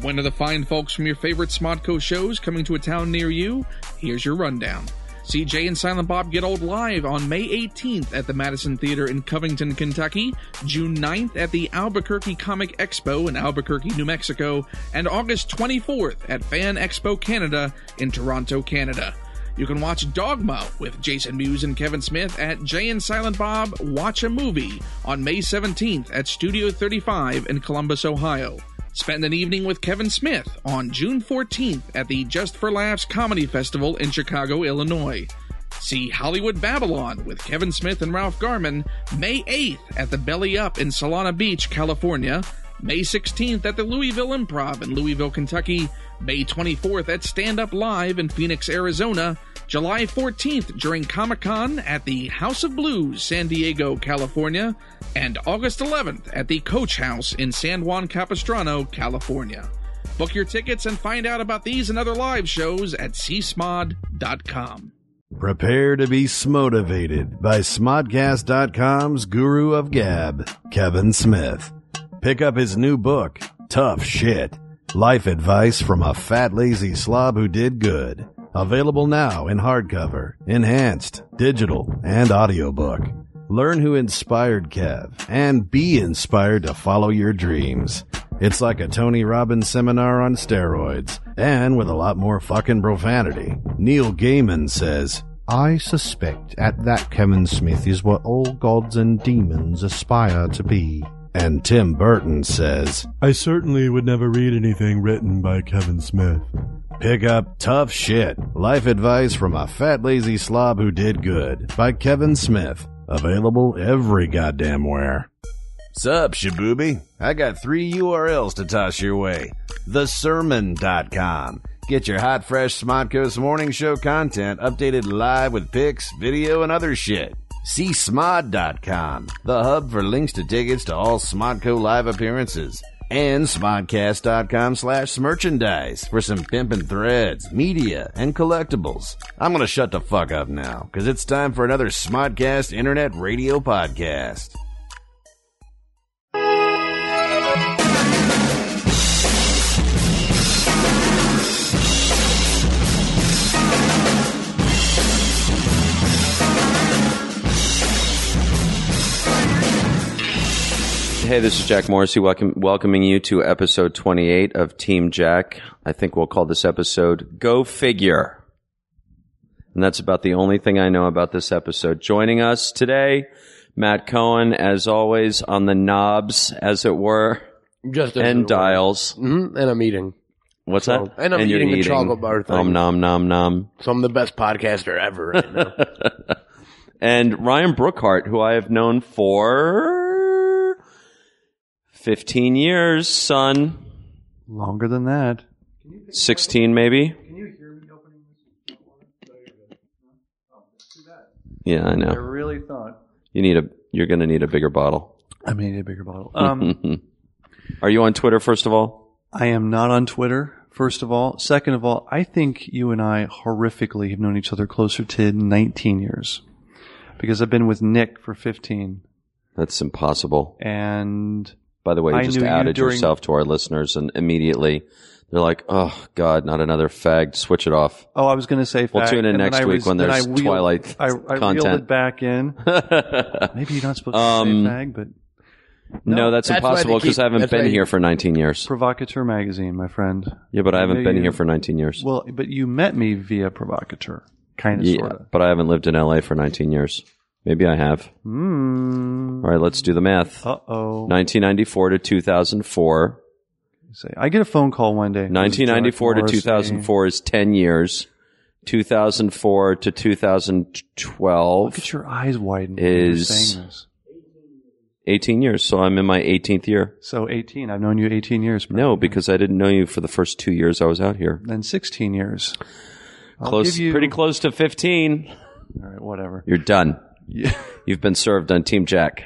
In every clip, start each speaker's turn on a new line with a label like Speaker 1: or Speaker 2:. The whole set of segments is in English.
Speaker 1: When are the fine folks from your favorite Smodco shows coming to a town near you? Here's your rundown. See Jay and Silent Bob Get Old live on May 18th at the Madison Theater in Covington, Kentucky, June 9th at the Albuquerque Comic Expo in Albuquerque, New Mexico, and August 24th at Fan Expo Canada in Toronto, Canada. You can watch Dogma with Jason Mewes and Kevin Smith at Jay and Silent Bob Watch a Movie on May 17th at Studio 35 in Columbus, Ohio. Spend an evening with Kevin Smith on June 14th at the Just for Laughs Comedy Festival in Chicago, Illinois. See Hollywood Babylon with Kevin Smith and Ralph Garman May 8th at the Belly Up in Solana Beach, California. May 16th at the Louisville Improv in Louisville, Kentucky. May 24th at Stand Up Live in Phoenix, Arizona. July 14th during Comic Con at the House of Blues, San Diego, California. And August 11th at the Coach House in San Juan Capistrano, California. Book your tickets and find out about these and other live shows at csmod.com.
Speaker 2: Prepare to be smotivated by Smodcast.com's guru of gab, Kevin Smith. Pick up his new book, Tough Shit Life Advice from a Fat Lazy Slob Who Did Good. Available now in hardcover, enhanced, digital, and audiobook. Learn who inspired Kev and be inspired to follow your dreams. It's like a Tony Robbins seminar on steroids and with a lot more fucking profanity. Neil Gaiman says, I suspect at that Kevin Smith is what all gods and demons aspire to be. And Tim Burton says,
Speaker 3: I certainly would never read anything written by Kevin Smith.
Speaker 2: Pick up Tough Shit Life Advice from a Fat Lazy Slob Who Did Good by Kevin Smith. Available every goddamn where. Sup, Shaboobie? I got three URLs to toss your way. TheSermon.com. Get your hot, fresh Smodco's morning show content updated live with pics, video, and other shit. CSmod.com, the hub for links to tickets to all Smodco live appearances. And Smodcast.com slash merchandise for some pimpin' threads, media, and collectibles. I'm gonna shut the fuck up now, cause it's time for another Smodcast Internet Radio Podcast.
Speaker 4: Hey, this is Jack Morrissey welcome, welcoming you to episode 28 of Team Jack. I think we'll call this episode Go Figure. And that's about the only thing I know about this episode. Joining us today, Matt Cohen, as always, on the knobs, as it were,
Speaker 5: Just as
Speaker 4: and
Speaker 5: it were.
Speaker 4: dials.
Speaker 5: Mhm, and I'm eating.
Speaker 4: What's
Speaker 5: So-
Speaker 4: that?
Speaker 5: and I'm
Speaker 4: you're
Speaker 5: eating a chocolate bar thing.
Speaker 4: Om nom nom nom.
Speaker 5: So I'm the best podcaster ever right now.
Speaker 4: and Ryan Brookhart, who I have known for 15 years, son.
Speaker 6: Longer than that.
Speaker 4: 16 maybe. Can you hear me opening this? Yeah, I know.
Speaker 6: really thought.
Speaker 4: You need a you're going to need a bigger bottle.
Speaker 6: I may need a bigger bottle. Um,
Speaker 4: Are you on Twitter first of all?
Speaker 6: I am not on Twitter, first of all. Second of all, I think you and I horrifically have known each other closer to 19 years because I've been with Nick for 15.
Speaker 4: That's impossible.
Speaker 6: And
Speaker 4: By the way, you
Speaker 6: I
Speaker 4: just
Speaker 6: knew you
Speaker 4: added
Speaker 6: during-
Speaker 4: yourself to our listeners and immediately they're like, "Oh god, not another fag. Switch it off."
Speaker 6: Oh, I was going to say.
Speaker 4: We'll
Speaker 6: fag,
Speaker 4: tune in
Speaker 6: and then
Speaker 4: next
Speaker 6: I
Speaker 4: week
Speaker 6: was-
Speaker 4: when
Speaker 6: then
Speaker 4: there's
Speaker 6: I wheeled-
Speaker 4: Twilight
Speaker 6: I, I reeled
Speaker 4: content.
Speaker 6: it back in. Maybe you're not supposed to
Speaker 4: Um,
Speaker 6: say fag, but
Speaker 4: No, that's,
Speaker 5: that's why they
Speaker 4: impossible because
Speaker 5: keep-
Speaker 4: I haven't
Speaker 5: that's why
Speaker 4: been
Speaker 5: you-
Speaker 4: here for 19 years.
Speaker 6: Provocateur magazine, my friend.
Speaker 4: Yeah, but I haven't
Speaker 6: Maybe
Speaker 4: been
Speaker 6: you-
Speaker 4: here for 19 years.
Speaker 6: Well, but you met me via Provocateur, kind of,
Speaker 4: yeah,
Speaker 6: sort of.
Speaker 4: but I haven't lived in LA for 19 years. Maybe I have.
Speaker 6: Mm.
Speaker 4: All right, let's do the math.
Speaker 6: Uh oh.
Speaker 4: 1994 to 2004.
Speaker 6: Say, I get a phone call one day.
Speaker 4: 1994 to
Speaker 6: Morrissey.
Speaker 4: 2004 is 10 years. 2004 to 2012,
Speaker 6: Look at your eyes widen.
Speaker 4: Is-
Speaker 6: Is saying this.
Speaker 4: 18 years. So I'm in my 18th year.
Speaker 6: So 18. I've known you 18 years. bro.
Speaker 4: No, because I didn't know you for the first two years I was out here.
Speaker 6: Then 16 years. I'll
Speaker 4: Close,
Speaker 6: give you-
Speaker 4: pretty close to 15.
Speaker 6: All right, whatever.
Speaker 4: You're done.
Speaker 6: Yeah.
Speaker 4: You've been served on Team Jack,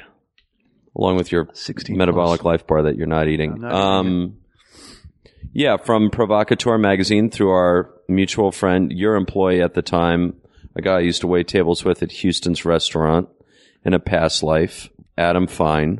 Speaker 4: along with your
Speaker 6: 16
Speaker 4: metabolic
Speaker 6: plus.
Speaker 4: life bar that you're not eating.
Speaker 6: I'm not
Speaker 4: um, yeah, from Provocateur magazine through our mutual friend, your employee at the time, a guy I used to wait tables with at Houston's restaurant in a past life, Adam Fine.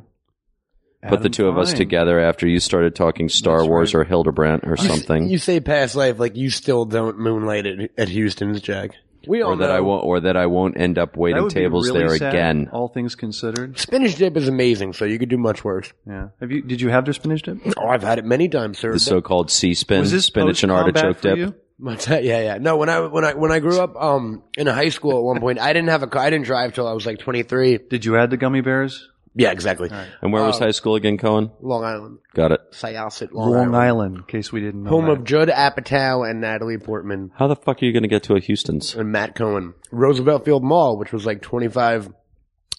Speaker 4: put the
Speaker 6: Adam
Speaker 4: two of us
Speaker 6: Fine.
Speaker 4: together after you started talking Star
Speaker 6: That's
Speaker 4: Wars
Speaker 6: right.
Speaker 4: or Hildebrandt or
Speaker 5: You s-
Speaker 4: something,
Speaker 5: You, say past life like you still don't moonlight at, at Houston's, Jack. We all
Speaker 4: or that
Speaker 5: know.
Speaker 4: I won't, or that I won't end up
Speaker 6: That
Speaker 4: waiting
Speaker 6: would be
Speaker 4: tables
Speaker 6: really
Speaker 4: there
Speaker 6: sad,
Speaker 4: again.
Speaker 6: All things considered,
Speaker 5: Spinach dip is amazing, so you could do much worse.
Speaker 6: yeah. Have you? Did you have their spinach dip?
Speaker 5: Oh, I've had it many times, sir.
Speaker 4: The so-called C-spin,
Speaker 6: Was this
Speaker 4: spinach and
Speaker 6: post-combat
Speaker 4: artichoke
Speaker 6: for
Speaker 4: dip.
Speaker 6: you?
Speaker 5: What's that? Yeah, yeah. No, when I when I when I grew up um in high school at one point, I didn't have a car. I didn't drive till I was like 23.
Speaker 6: Did you add the gummy bears?
Speaker 5: Yeah, exactly.
Speaker 4: And where
Speaker 5: Oh.
Speaker 4: was high school again, Cohen?
Speaker 5: Long Island,
Speaker 4: Got it.
Speaker 5: Syosset, Long,
Speaker 6: Long,
Speaker 5: Island.
Speaker 6: Island, in case we didn't know.
Speaker 5: home
Speaker 6: that.
Speaker 5: of Judd Apatow and Natalie Portman
Speaker 4: How the fuck are you going to get to a Houston's?
Speaker 5: and Matt Cohen. Roosevelt Field Mall, which was like 25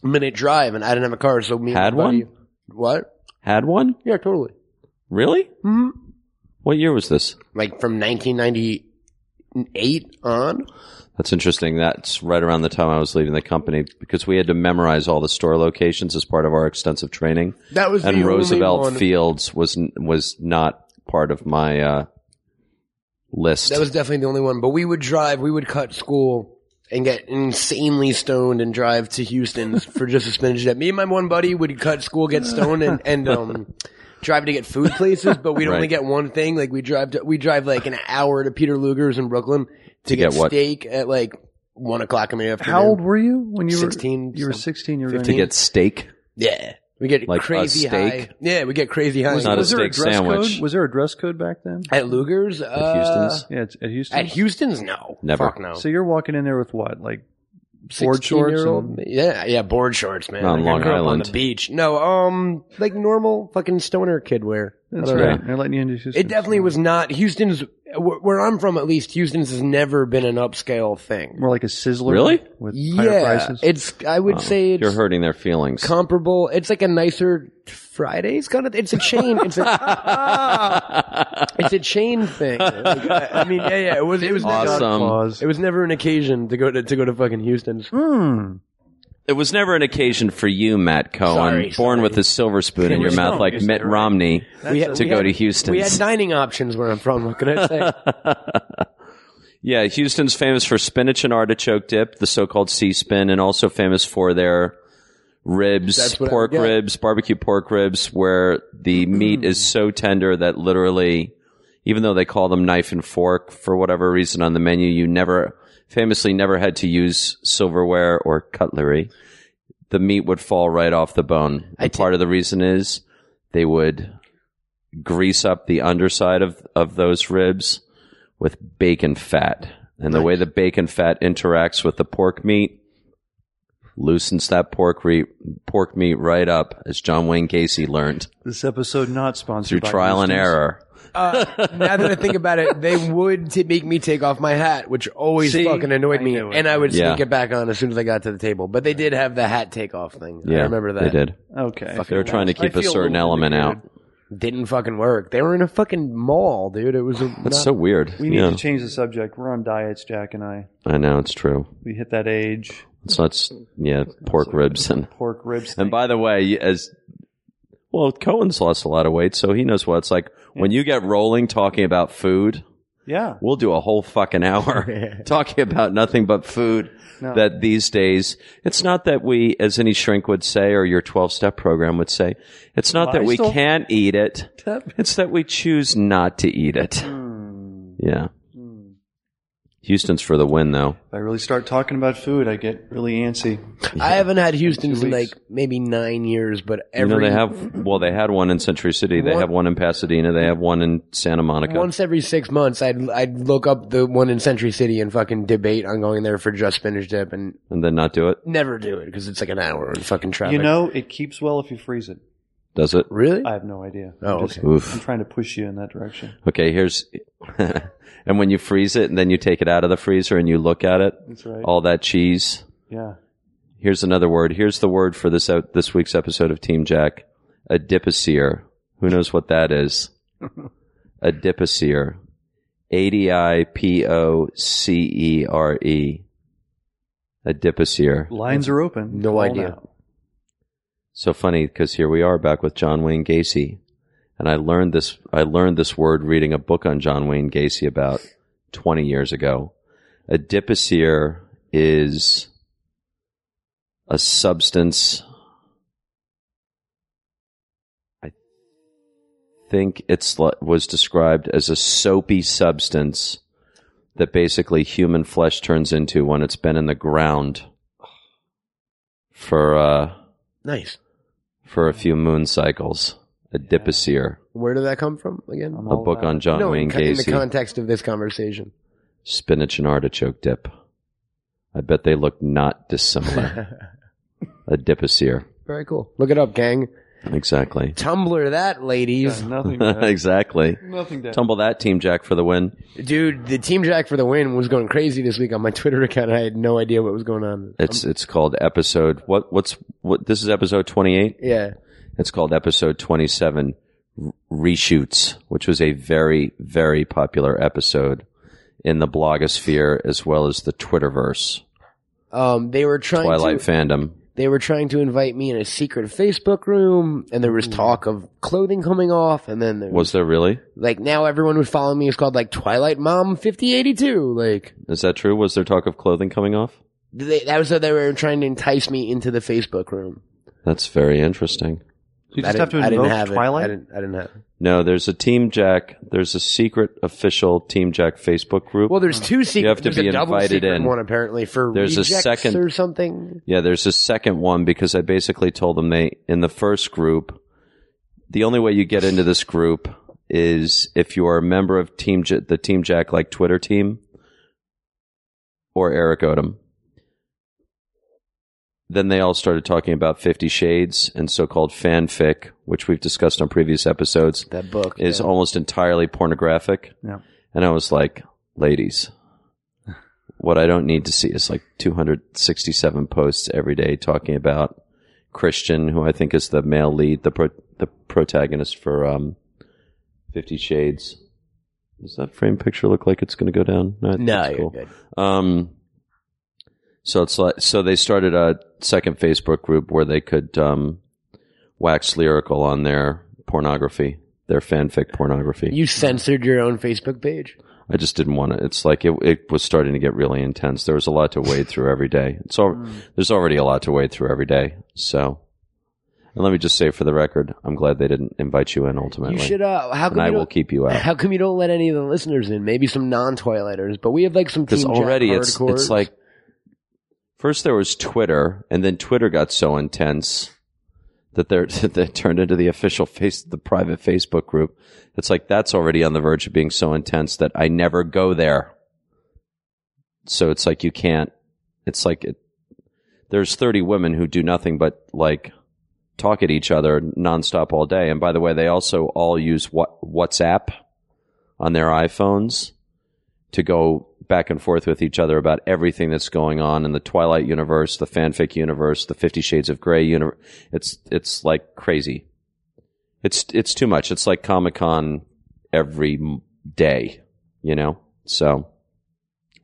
Speaker 5: minute drive, and I didn't have a car, so me and
Speaker 4: Had
Speaker 5: my buddy-
Speaker 4: one?
Speaker 5: What?
Speaker 4: Had one?
Speaker 5: Yeah, totally.
Speaker 4: Really? Mm-hmm. What year was this?
Speaker 5: Like from 1998 on.
Speaker 4: That's interesting. That's right around the time I was leaving the company because we had to memorize all the store locations as part of our extensive training.
Speaker 5: That was the
Speaker 4: and
Speaker 5: only
Speaker 4: Roosevelt
Speaker 5: one-
Speaker 4: Fields was n- was not part of my uh, list.
Speaker 5: That was definitely the only one. But we would drive, we would cut school and get insanely stoned and drive to Houston for just a spinach dip. Me and my one buddy would cut school, get stoned, and, and um, drive to get food places. But we'd only
Speaker 4: Right.
Speaker 5: get one thing. Like we drive, to, we drive like an hour to Peter Luger's in Brooklyn to,
Speaker 4: get
Speaker 5: get,
Speaker 4: what?
Speaker 5: steak at like one o'clock in the afternoon.
Speaker 6: How old were you when you
Speaker 5: Sixteen.
Speaker 6: were? You were sixteen. You were
Speaker 4: to
Speaker 6: going
Speaker 4: get steak.
Speaker 5: Yeah, we get
Speaker 4: Like a
Speaker 5: crazy
Speaker 4: steak?
Speaker 5: high. Yeah, we get crazy high.
Speaker 4: Was- Not a
Speaker 6: was there a
Speaker 4: steak
Speaker 6: dress
Speaker 4: sandwich.
Speaker 6: code? Was there a dress code back then?
Speaker 5: at Luger's,
Speaker 4: At
Speaker 5: uh,
Speaker 4: Houston's?
Speaker 6: Yeah, it's at Houston.
Speaker 5: At Houston's, no,
Speaker 4: Never.
Speaker 5: Fuck no.
Speaker 6: So you're walking in there with what, like board shorts?
Speaker 5: 16-year-old?
Speaker 6: and-
Speaker 5: yeah, yeah, board shorts, man.
Speaker 4: Not
Speaker 5: Like,
Speaker 4: on
Speaker 5: I
Speaker 4: Long
Speaker 5: grew up on
Speaker 4: Island.
Speaker 5: the beach. No, um, like normal fucking stoner kid wear.
Speaker 6: That's
Speaker 5: I don't
Speaker 6: right.
Speaker 5: know.
Speaker 6: They're letting you into Houston.
Speaker 5: It definitely was not Houston's. wh- Where I'm from, at least, Houston's has never been an upscale thing.
Speaker 6: more like a sizzler.
Speaker 4: Really?
Speaker 6: With higher
Speaker 5: Yeah,
Speaker 6: prices.
Speaker 5: it's. I would
Speaker 4: Oh,
Speaker 5: say it's
Speaker 4: you're hurting their feelings.
Speaker 5: comparable. It's like a nicer Fridays kind of. It's a chain. It's a. It's a chain thing. Like, I, I mean, yeah, yeah. It was. It was. Never,
Speaker 4: awesome.
Speaker 6: Claws.
Speaker 5: it was never an occasion to go to to go to fucking Houston's.
Speaker 6: Hmm.
Speaker 4: It was never an occasion for you, Matt Cohen,
Speaker 5: Sorry,
Speaker 4: born
Speaker 5: sorry.
Speaker 4: with a silver spoon in your
Speaker 6: we're
Speaker 4: mouth
Speaker 6: stoned,
Speaker 4: like
Speaker 6: isn't
Speaker 4: Mitt
Speaker 6: it, right?
Speaker 4: Romney,
Speaker 5: We had-
Speaker 4: to
Speaker 5: we
Speaker 4: go
Speaker 5: had-
Speaker 4: to Houston's.
Speaker 5: We had dining options where I'm from. What can I say?
Speaker 4: Yeah, Houston's famous for spinach and artichoke dip, the so-called C-spin, and also famous for their ribs,
Speaker 5: That's what I Mm-hmm.
Speaker 4: pork
Speaker 5: would get.
Speaker 4: ribs, barbecue pork ribs, where the meat is so tender that literally, even though they call them knife and fork for whatever reason on the menu, you never, famously never had to use silverware or cutlery. The meat would fall right off the bone. And part of the reason is they would grease up the underside of, of those ribs with bacon fat. And the way the bacon fat interacts with the pork meat loosens that pork, re- pork meat right up, as John Wayne Casey learned
Speaker 6: This episode not sponsored
Speaker 4: through
Speaker 6: by
Speaker 4: trial and
Speaker 6: Houston's.
Speaker 4: error.
Speaker 5: now that I think about it, they would t- make me take off my hat, which always
Speaker 6: See?
Speaker 5: fucking annoyed
Speaker 6: I
Speaker 5: me,
Speaker 6: knew it.
Speaker 5: and I would
Speaker 4: Yeah.
Speaker 5: sneak it back on as soon as I got to the table. But they did have the hat takeoff thing. I remember that.
Speaker 4: They did.
Speaker 6: Okay.
Speaker 4: They were trying to keep a certain element out.
Speaker 5: Didn't fucking work. They were in a fucking mall, dude. It was a,
Speaker 4: That's
Speaker 5: not-
Speaker 4: so weird.
Speaker 6: We need
Speaker 4: yeah,
Speaker 6: to change the subject. We're on diets, Jack and I.
Speaker 4: I know it's true.
Speaker 6: We hit that age.
Speaker 4: So it's yeah, pork ribs and
Speaker 6: Pork ribs.
Speaker 4: and by the way, as well, Cohen's lost a lot of weight, so he knows what it's like when you get rolling talking about food.
Speaker 6: yeah.
Speaker 4: We'll do a whole fucking hour talking about nothing but food.
Speaker 6: No.
Speaker 4: That these days, it's not that we, as any shrink would say, or your 12 step program would say, it's not that we
Speaker 6: Lysol?
Speaker 4: can't eat it. It's that we choose not to eat it. Yeah. Houston's for the win, though.
Speaker 6: If I really start talking about food, I get really antsy.
Speaker 5: I haven't had Houston's in like
Speaker 6: weeks.
Speaker 5: maybe nine years, but every
Speaker 4: you know, they have, well, they had one in Century City. They
Speaker 5: One-
Speaker 4: have one in Pasadena. They have one in Santa Monica.
Speaker 5: once every six months, I'd I'd look up the one in Century City and fucking debate on going there for just spinach dip, and
Speaker 4: and then not do it.
Speaker 5: never do it because it's like an hour in fucking traffic.
Speaker 6: You know, it keeps well if you freeze it.
Speaker 4: Does it?
Speaker 5: really?
Speaker 6: I have no idea.
Speaker 5: Oh,
Speaker 6: I'm just-
Speaker 5: okay.
Speaker 6: I'm
Speaker 4: Oof.
Speaker 6: trying to push you in that direction.
Speaker 4: Okay, here's, and when you freeze it and then you take it out of the freezer and you look at it,
Speaker 6: That's right.
Speaker 4: all that cheese.
Speaker 6: Yeah.
Speaker 4: Here's another word. Here's the word for this out this week's episode of Team Jack. Adipocere. Who knows what that is? Adipocere. A D I P O C E R E. Adipocere.
Speaker 6: Lines are open.
Speaker 5: No
Speaker 6: Call
Speaker 5: idea.
Speaker 6: now.
Speaker 4: So funny because here we are back with John Wayne Gacy, and I learned this. I learned this word reading a book on John Wayne Gacy about 20 years ago. Adipocere is a substance think it's li- was described as a soapy substance that basically human flesh turns into when it's been in the ground for uh,
Speaker 5: Nice.
Speaker 4: for a few moon cycles. Adipocere,
Speaker 5: Where did that come from again?
Speaker 4: a book on John
Speaker 5: no,
Speaker 4: Wayne
Speaker 5: in, co- in the
Speaker 4: Gacy.
Speaker 5: context of this conversation.
Speaker 4: spinach and artichoke dip. I bet they look not dissimilar. Adipocere.
Speaker 5: Very cool. Look it up, gang.
Speaker 4: Exactly.
Speaker 5: Tumblr that, ladies.
Speaker 6: Nothing. Bad.
Speaker 4: exactly.
Speaker 6: Nothing. Bad.
Speaker 4: Tumble that team, Jack, for the win.
Speaker 5: Dude, the Team Jack for the win was going crazy this week on my Twitter account. I had no idea what was going on.
Speaker 4: It's it's called episode what what's what this is episode twenty eight.
Speaker 5: Yeah.
Speaker 4: It's called episode twenty seven reshoots, which was a very very popular episode in the blogosphere as well as the Twitterverse,
Speaker 5: Um, they were trying
Speaker 4: Twilight
Speaker 5: to,
Speaker 4: fandom.
Speaker 5: they were trying to invite me in a secret Facebook room and there was talk of clothing coming off and then there
Speaker 4: Was there really?
Speaker 5: like now everyone who's following me is called like Twilight Mom 5082. Like
Speaker 4: Is that true? Was there talk of clothing coming off?
Speaker 5: they, that was how they were trying to entice me into the Facebook room.
Speaker 4: That's very interesting.
Speaker 6: You
Speaker 5: I
Speaker 6: just
Speaker 5: didn't,
Speaker 6: have to
Speaker 5: I didn't
Speaker 6: invoke
Speaker 5: have It. I
Speaker 6: Twilight.
Speaker 5: didn't, I didn't have.
Speaker 4: No, there's a Team Jack. There's a secret official Team Jack Facebook group.
Speaker 5: Well, there's two secret.
Speaker 4: You have to
Speaker 5: there's
Speaker 4: be
Speaker 5: a double
Speaker 4: invited
Speaker 5: secret
Speaker 4: in.
Speaker 5: One apparently for
Speaker 4: There's a
Speaker 5: rejects
Speaker 4: second-
Speaker 5: or something.
Speaker 4: yeah, there's a second one because I basically told them they in the first group, the only way you get into this group is if you are a member of Team J- the Team Jack like Twitter team or Eric Odom. Then they all started talking about Fifty Shades and so-called fanfic, which we've discussed on previous episodes.
Speaker 5: That book
Speaker 4: is
Speaker 5: yeah.
Speaker 4: almost entirely pornographic.
Speaker 6: Yeah.
Speaker 4: And I was like, ladies, what I don't need to see is like 267 posts every day talking about Christian, who I think is the male lead, the pro- the protagonist for um, Fifty Shades. Does that frame picture look like it's going to go down? No, I think
Speaker 5: No,
Speaker 4: it's
Speaker 5: you're
Speaker 4: cool.
Speaker 5: good.
Speaker 4: Um, so it's like so they started a second Facebook group where they could um, wax lyrical on their pornography, their fanfic pornography.
Speaker 5: You censored your own Facebook page.
Speaker 4: I just didn't want to. It's like it, it was starting to get really intense. There was a lot to wade through every day. It's all,
Speaker 5: Hmm.
Speaker 4: there's already a lot to wade through every day. So, and let me just say for the record, I'm glad they didn't invite you in ultimately.
Speaker 5: You should. Uh, how
Speaker 4: and
Speaker 5: come
Speaker 4: I
Speaker 5: you
Speaker 4: will
Speaker 5: don't-
Speaker 4: keep you out
Speaker 5: How come you don't let any of the listeners in? Maybe some non-Twilighters, but we have like some
Speaker 4: because
Speaker 5: team Jack
Speaker 4: already it's
Speaker 5: hardcores.
Speaker 4: it's like first there was Twitter, and then Twitter got so intense that they're that turned into the official face the private Facebook group. It's like that's already on the verge of being so intense that I never go there. So it's like you can't. It's like it, there's 30 women who do nothing but like talk at each other nonstop all day. And by the way, they also all use Wha- WhatsApp on their iPhones to go back and forth with each other about everything that's going on in the Twilight universe, the fanfic universe, the Fifty Shades of Grey universe. It's it's like crazy. It's it's too much. It's like Comic Con every m- day, you know. So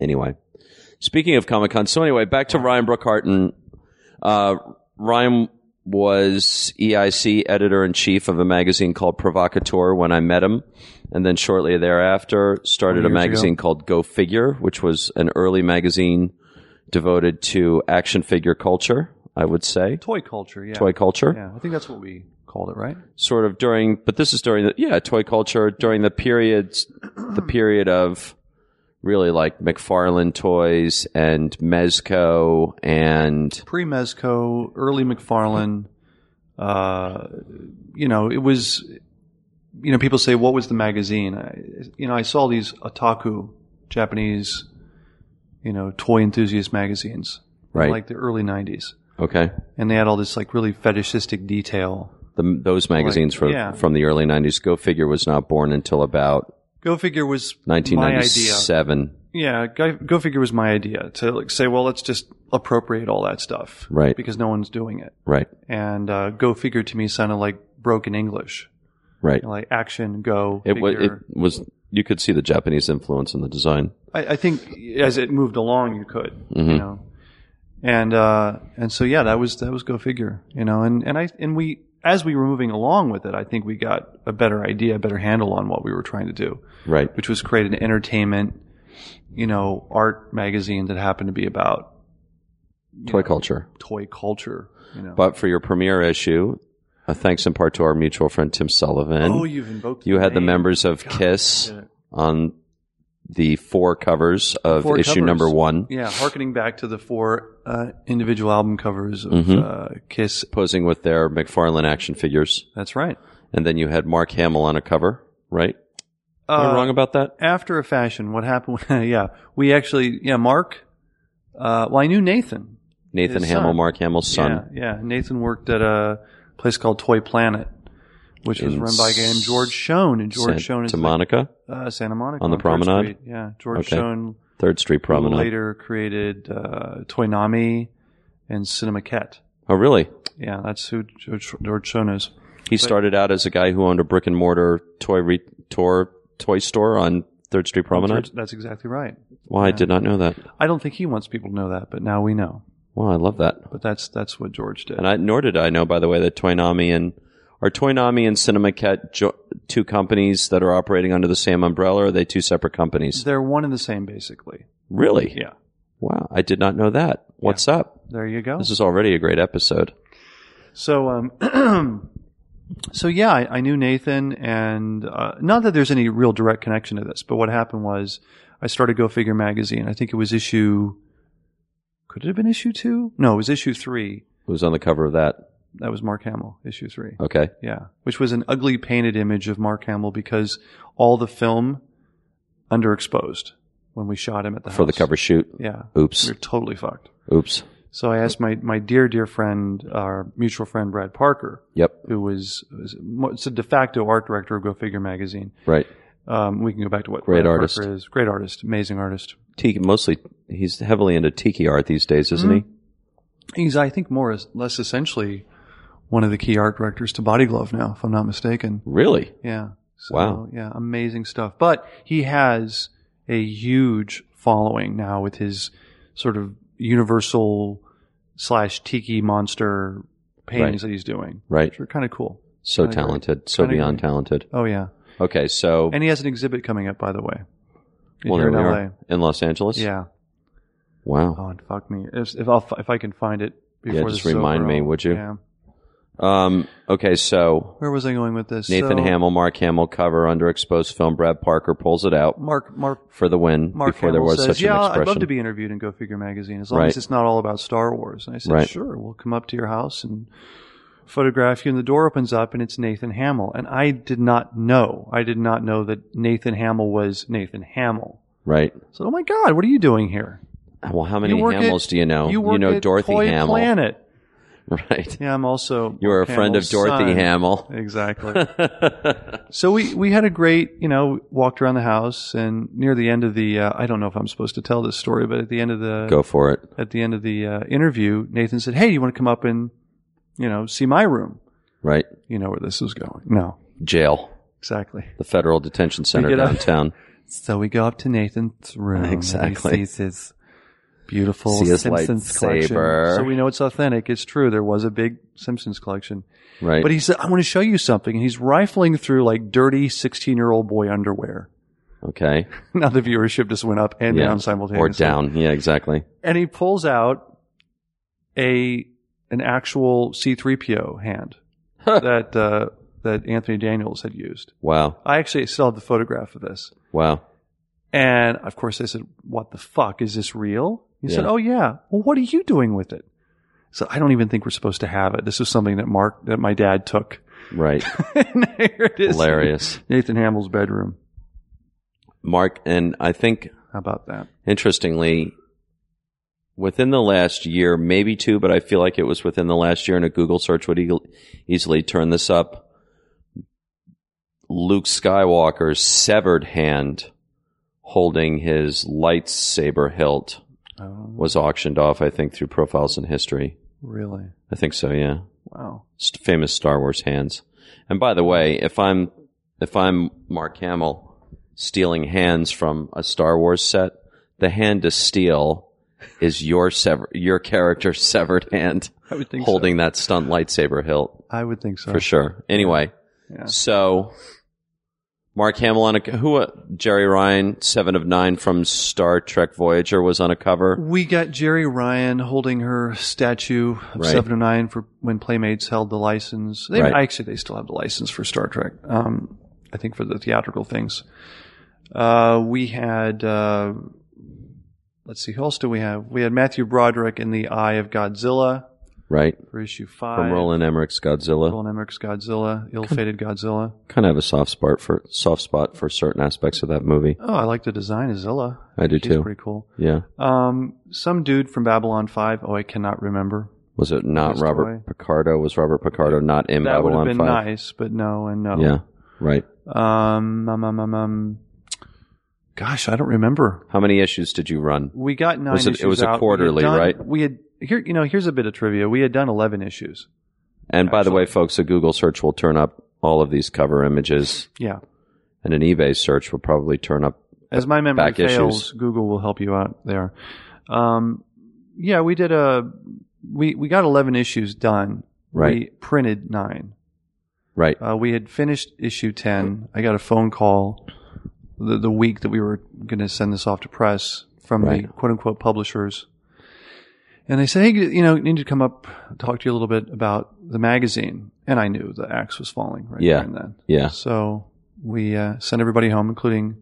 Speaker 4: anyway, speaking of Comic Con, so anyway, back to Ryan Brookhart and uh, Ryan was E EIC editor in chief of a magazine called Provocateur when I met him, and then shortly thereafter started a
Speaker 6: Twenty years
Speaker 4: magazine called Go Figure, which was an early magazine devoted to action figure culture. I would say
Speaker 6: Toy culture. Yeah.
Speaker 4: toy culture
Speaker 6: Yeah. I think that's what we called it, right?
Speaker 4: sort of during, but this is during the yeah toy culture during the periods, the period of really like McFarlane toys and Mezco and
Speaker 6: Pre Mezco, early McFarlane. Uh, you know, it was. You know, people say, "What was the magazine?" I, you know, I saw these otaku Japanese, you know, toy enthusiast magazines, in,
Speaker 4: Right.
Speaker 6: Like the early '90s,
Speaker 4: okay
Speaker 6: and they had all this like really fetishistic detail.
Speaker 4: the, those magazines from
Speaker 6: yeah.
Speaker 4: from the early '90s. Go Figure was not born until about
Speaker 6: Go Figure was my idea.
Speaker 4: 1997.
Speaker 6: Yeah, Go Go Figure was my idea to like say, well, let's just appropriate all that stuff,
Speaker 4: Right.
Speaker 6: Because no one's doing it,
Speaker 4: Right,
Speaker 6: and uh, Go Figure to me sounded like broken English,
Speaker 4: right.
Speaker 6: You know, like action, go.
Speaker 4: It was it
Speaker 6: figure.
Speaker 4: was you could see the Japanese influence in the design.
Speaker 6: I, I think as it moved along, you could,
Speaker 4: Mm-hmm.
Speaker 6: you know, and uh, and so yeah, that was that was Go Figure, you know, and and I and we as we were moving along with it, I think we got a better idea, a better handle on what we were trying to do.
Speaker 4: Right,
Speaker 6: which was create an entertainment, you know, art magazine that happened to be about
Speaker 4: toy culture.
Speaker 6: toy culture. You know,
Speaker 4: But for your premiere issue, Uh, thanks in part to our mutual friend Tim Sullivan.
Speaker 6: oh, you've invoked.
Speaker 4: you had the
Speaker 6: name.
Speaker 4: members of
Speaker 6: God,
Speaker 4: Kiss
Speaker 6: yeah.
Speaker 4: on the four covers of
Speaker 6: Four
Speaker 4: issue
Speaker 6: covers.
Speaker 4: number one,
Speaker 6: Yeah, harkening back to the four uh, individual album covers of
Speaker 4: Mhm.
Speaker 6: uh, Kiss.
Speaker 4: posing with their McFarlane action figures,
Speaker 6: That's right.
Speaker 4: and then you had Mark Hamill on a cover, right? Am I
Speaker 6: Uh,
Speaker 4: wrong about that?
Speaker 6: After a fashion, what happened? yeah, we actually, yeah, Mark. Uh, well, I knew Nathan.
Speaker 4: Nathan
Speaker 6: his
Speaker 4: Hamill,
Speaker 6: son.
Speaker 4: Mark Hamill's son.
Speaker 6: Yeah, yeah. Nathan worked at a place called Toy Planet, which was
Speaker 4: In
Speaker 6: run by a guy named George Schoen, and George Schoen is
Speaker 4: Santa
Speaker 6: the-
Speaker 4: Monica,
Speaker 6: uh, Santa Monica
Speaker 4: On the
Speaker 6: Third
Speaker 4: promenade?
Speaker 6: Street. Yeah, George
Speaker 4: Okay.
Speaker 6: Schoen
Speaker 4: Third Street
Speaker 6: who
Speaker 4: Promenade.
Speaker 6: later created uh, Toynami and Cinemaquette.
Speaker 4: Oh, really?
Speaker 6: Yeah, that's who George, George Schoen is.
Speaker 4: He started out as a guy who owned a brick and mortar toy re- tour, toy store on Third Street Promenade.
Speaker 6: That's exactly right.
Speaker 4: Well, I did not know that.
Speaker 6: I don't think he wants people to know that, but now we know.
Speaker 4: Well, I love that.
Speaker 6: But that's that's what George did.
Speaker 4: And I, nor did I know, by the way, that Toynami and are Toynami and Cinemaquette jo- two companies that are operating under the same umbrella? Or are they two separate companies?
Speaker 6: They're one and the same, basically.
Speaker 4: Really?
Speaker 6: Yeah.
Speaker 4: Wow, I did not know that. What's up?
Speaker 6: There you go.
Speaker 4: This is already a great episode.
Speaker 6: So, um, so yeah, I, I knew Nathan, and uh, not that there's any real direct connection to this, but what happened was I started Go Figure magazine. I think it was issue. Could it have been issue two? No, it was issue three.
Speaker 4: Who's on the cover of that?
Speaker 6: That was Mark Hamill, issue three.
Speaker 4: Okay.
Speaker 6: Yeah, which was an ugly painted image of Mark Hamill because all the film underexposed when we shot him at the
Speaker 4: For the
Speaker 6: house.
Speaker 4: cover shoot.
Speaker 6: Yeah,
Speaker 4: Oops.
Speaker 6: we were totally fucked.
Speaker 4: Oops.
Speaker 6: So I asked my my dear dear friend, our mutual friend Brad Parker,
Speaker 4: Yep.
Speaker 6: who was, was mo- it's a de facto art director of Go Figure magazine.
Speaker 4: Right.
Speaker 6: Um, we can go back to what
Speaker 4: Great
Speaker 6: Brad
Speaker 4: artist.
Speaker 6: Parker is. Great artist, amazing artist.
Speaker 4: Tiki mostly he's heavily into tiki art these days, isn't he?
Speaker 6: Mm-hmm. He's, I think, more or less essentially one of the key art directors to Body Glove now, if I'm not mistaken.
Speaker 4: Really?
Speaker 6: Yeah. So,
Speaker 4: Wow.
Speaker 6: Yeah, amazing stuff. But he has a huge following now with his sort of universal slash tiki monster paintings that he's doing,
Speaker 4: Right.
Speaker 6: which are kind of cool.
Speaker 4: So
Speaker 6: Kinda great.
Speaker 4: talented, so
Speaker 6: Kinda
Speaker 4: beyond
Speaker 6: great.
Speaker 4: talented.
Speaker 6: Oh yeah,
Speaker 4: Okay, so
Speaker 6: and he has an exhibit coming up, by the way.
Speaker 4: well,
Speaker 6: here
Speaker 4: there
Speaker 6: in
Speaker 4: we
Speaker 6: LA.
Speaker 4: are in Los Angeles.
Speaker 6: Yeah.
Speaker 4: Wow.
Speaker 6: Oh, and fuck me. If if, I'll, if I can find it before
Speaker 4: just
Speaker 6: this is
Speaker 4: remind
Speaker 6: over,
Speaker 4: me,
Speaker 6: I'll-
Speaker 4: would you?
Speaker 6: Yeah. Oh.
Speaker 4: Um. Okay, so
Speaker 6: Where was I going with this?
Speaker 4: Nathan
Speaker 6: So,
Speaker 4: Hamill, Mark Hamill cover underexposed film. Brad Parker pulls it out
Speaker 6: Mark Mark
Speaker 4: for the win
Speaker 6: Mark
Speaker 4: before
Speaker 6: Hamill
Speaker 4: there was
Speaker 6: says,
Speaker 4: such
Speaker 6: "Yeah,
Speaker 4: an expression.
Speaker 6: I'd love to be interviewed in Go Figure magazine as long
Speaker 4: Right.
Speaker 6: as it's not all about Star Wars." And I said,
Speaker 4: Right.
Speaker 6: "Sure, we'll come up to your house and photograph you." And the door opens up, and it's Nathan Hamill. And I did not know. I did not know that Nathan Hamill was Nathan Hamill.
Speaker 4: Right.
Speaker 6: So, oh my God, what are you doing here?
Speaker 4: Well, how many
Speaker 6: You work
Speaker 4: Hamills
Speaker 6: at-
Speaker 4: do you know?
Speaker 6: you, work
Speaker 4: know
Speaker 6: at
Speaker 4: Dorothy
Speaker 6: Toy
Speaker 4: Hamill,
Speaker 6: Planet.
Speaker 4: right?
Speaker 6: Yeah, I'm also.
Speaker 4: You are a
Speaker 6: Mark
Speaker 4: friend of
Speaker 6: Hamill's
Speaker 4: Dorothy
Speaker 6: son.
Speaker 4: Hamill.
Speaker 6: Exactly. so we we had a great, you know, walked around the house, and near the end of the, uh, I don't know if I'm supposed to tell this story, but at the end of the
Speaker 4: Go for it.
Speaker 6: at the end of the uh, interview, Nathan said, "Hey, you want to come up and, you know, see my room?
Speaker 4: Right.
Speaker 6: You know where this is going." No,
Speaker 4: Jail,
Speaker 6: exactly.
Speaker 4: the federal detention center
Speaker 6: get up-
Speaker 4: downtown.
Speaker 6: So we go up to Nathan's room.
Speaker 4: Exactly.
Speaker 6: And he sees his beautiful
Speaker 4: See his
Speaker 6: Simpsons collection.
Speaker 4: lightsaber.
Speaker 6: So we know it's authentic. It's true. There was a big Simpsons collection.
Speaker 4: Right.
Speaker 6: But he said, I want to show you something. And he's rifling through like dirty 16 year old boy underwear.
Speaker 4: okay.
Speaker 6: now the viewership just went up and
Speaker 4: Yeah.
Speaker 6: down
Speaker 4: Or
Speaker 6: simultaneously.
Speaker 4: down. Yeah. Exactly.
Speaker 6: And he pulls out a an actual C3PO hand
Speaker 4: Huh.
Speaker 6: that uh, that Anthony Daniels had used.
Speaker 4: Wow.
Speaker 6: I actually still have the photograph of this.
Speaker 4: Wow.
Speaker 6: And of course, I said, "What the fuck is this real?" He said,
Speaker 4: Yeah.
Speaker 6: "Oh yeah. Well, what are you doing with it?" So I don't even think we're supposed to have it. This was something that Mark, that my dad took.
Speaker 4: Right.
Speaker 6: and here it is,
Speaker 4: Hilarious.
Speaker 6: Nathan Hamill's bedroom.
Speaker 4: Mark, and I think
Speaker 6: How about that?
Speaker 4: interestingly, within the last year, maybe two, but I feel like it was within the last year, and a Google search would eagle- easily turn this up. Luke Skywalker's severed hand holding his lightsaber hilt
Speaker 6: Oh,
Speaker 4: was auctioned off, I think, through Profiles in History.
Speaker 6: really?
Speaker 4: I think so, yeah.
Speaker 6: Wow.
Speaker 4: St- famous Star Wars hands. And by the way, if I'm if I'm Mark Hamill stealing hands from a Star Wars set, the hand to steal is your sever- your character's severed hand
Speaker 6: I would think Oh.
Speaker 4: holding that stunt lightsaber hilt
Speaker 6: So. I would think so.
Speaker 4: for sure. Anyway,
Speaker 6: Yeah.
Speaker 4: so Mark Hamill on a who uh, Jerry Ryan seven of nine from Star Trek Voyager was on a cover.
Speaker 6: We got Jerry Ryan holding her statue of
Speaker 4: Right.
Speaker 6: 709 for when Playmates held the license. They,
Speaker 4: Right.
Speaker 6: Actually, they still have the license for Star Trek. Um, I think for the theatrical things. Uh, we had, uh, let's see, who else do we have? We had Matthew Broderick in The Eye of Godzilla
Speaker 4: Right
Speaker 6: for issue five.
Speaker 4: from Roland Emmerich's Godzilla.
Speaker 6: Roland Emmerich's Godzilla, ill-fated Godzilla.
Speaker 4: Kind of have a soft spot for soft spot for certain aspects of that movie.
Speaker 6: Oh, I like the design of Zilla.
Speaker 4: I do
Speaker 6: She's
Speaker 4: too.
Speaker 6: Pretty cool.
Speaker 4: Yeah,
Speaker 6: Um, some dude from Babylon Five. Oh, I cannot remember.
Speaker 4: was it not
Speaker 6: Missed
Speaker 4: Robert
Speaker 6: away.
Speaker 4: Picardo? Was Robert Picardo not in
Speaker 6: that would have
Speaker 4: Babylon
Speaker 6: been
Speaker 4: Five?
Speaker 6: nice, but no and no.
Speaker 4: Yeah, right.
Speaker 6: Um, um, um, um, um, gosh, I don't remember.
Speaker 4: How many issues did you run?
Speaker 6: We got nine.
Speaker 4: Was it- it
Speaker 6: issues
Speaker 4: was a
Speaker 6: out. We had
Speaker 4: quarterly,
Speaker 6: done-
Speaker 4: right?
Speaker 6: We had here. You know, here's a bit of trivia. We had done eleven issues.
Speaker 4: And by the way, folks, a Google search will turn up all of these cover images,
Speaker 6: Yeah.
Speaker 4: and an eBay search will probably turn up.
Speaker 6: As my memory
Speaker 4: Back issues.
Speaker 6: fails, Google will help you out there. Um, yeah, we did a. We we got eleven issues done.
Speaker 4: Right.
Speaker 6: We printed nine.
Speaker 4: Right.
Speaker 6: Uh, we had finished issue 10. I got a phone call the, the week that we were going to send this off to press from the
Speaker 4: Right.
Speaker 6: quote unquote publishers. And they said, hey, you know, need to come up, talk to you a little bit about the magazine. And I knew the axe was falling right
Speaker 4: Yeah.
Speaker 6: there and then.
Speaker 4: Yeah.
Speaker 6: So we uh, sent everybody home, including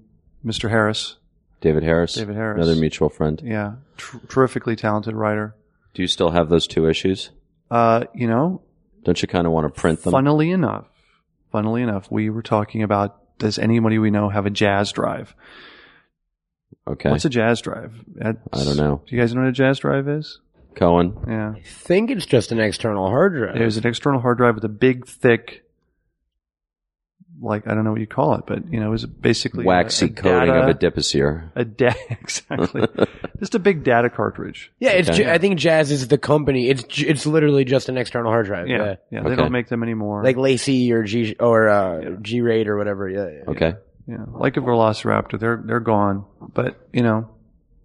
Speaker 6: Mr. Harris.
Speaker 4: David Harris.
Speaker 6: David Harris.
Speaker 4: Another mutual friend.
Speaker 6: Yeah. Tr- terrifically talented writer.
Speaker 4: Do you still have those two issues?
Speaker 6: Uh, you know,
Speaker 4: Don't you kind of want to print them?
Speaker 6: Funnily enough, funnily enough, we were talking about does anybody we know have a jazz drive?
Speaker 4: Okay.
Speaker 6: What's a jazz drive? That's-
Speaker 4: I don't know.
Speaker 6: Do you guys know what a jazz drive is?
Speaker 4: Cohen.
Speaker 6: Yeah.
Speaker 5: think it's just an external hard drive.
Speaker 6: There's an external hard drive with a big, thick, like, I don't know what you call it, but, you know, it was basically a-
Speaker 4: Waxy
Speaker 6: uh, a
Speaker 4: coating of
Speaker 6: data-
Speaker 4: a dipasier.
Speaker 6: A da- exactly. Just a big data cartridge.
Speaker 5: yeah, it's.
Speaker 4: Okay.
Speaker 5: Ju- I think Jazz is the company. It's. ju- It's literally just an external hard drive.
Speaker 6: Yeah. Yeah. They
Speaker 4: Okay.
Speaker 6: don't make them anymore.
Speaker 5: like Lacey or G or uh, G Raid or whatever. Yeah, yeah.
Speaker 4: Okay.
Speaker 6: Yeah, like a Velociraptor, they're they're gone. But you know,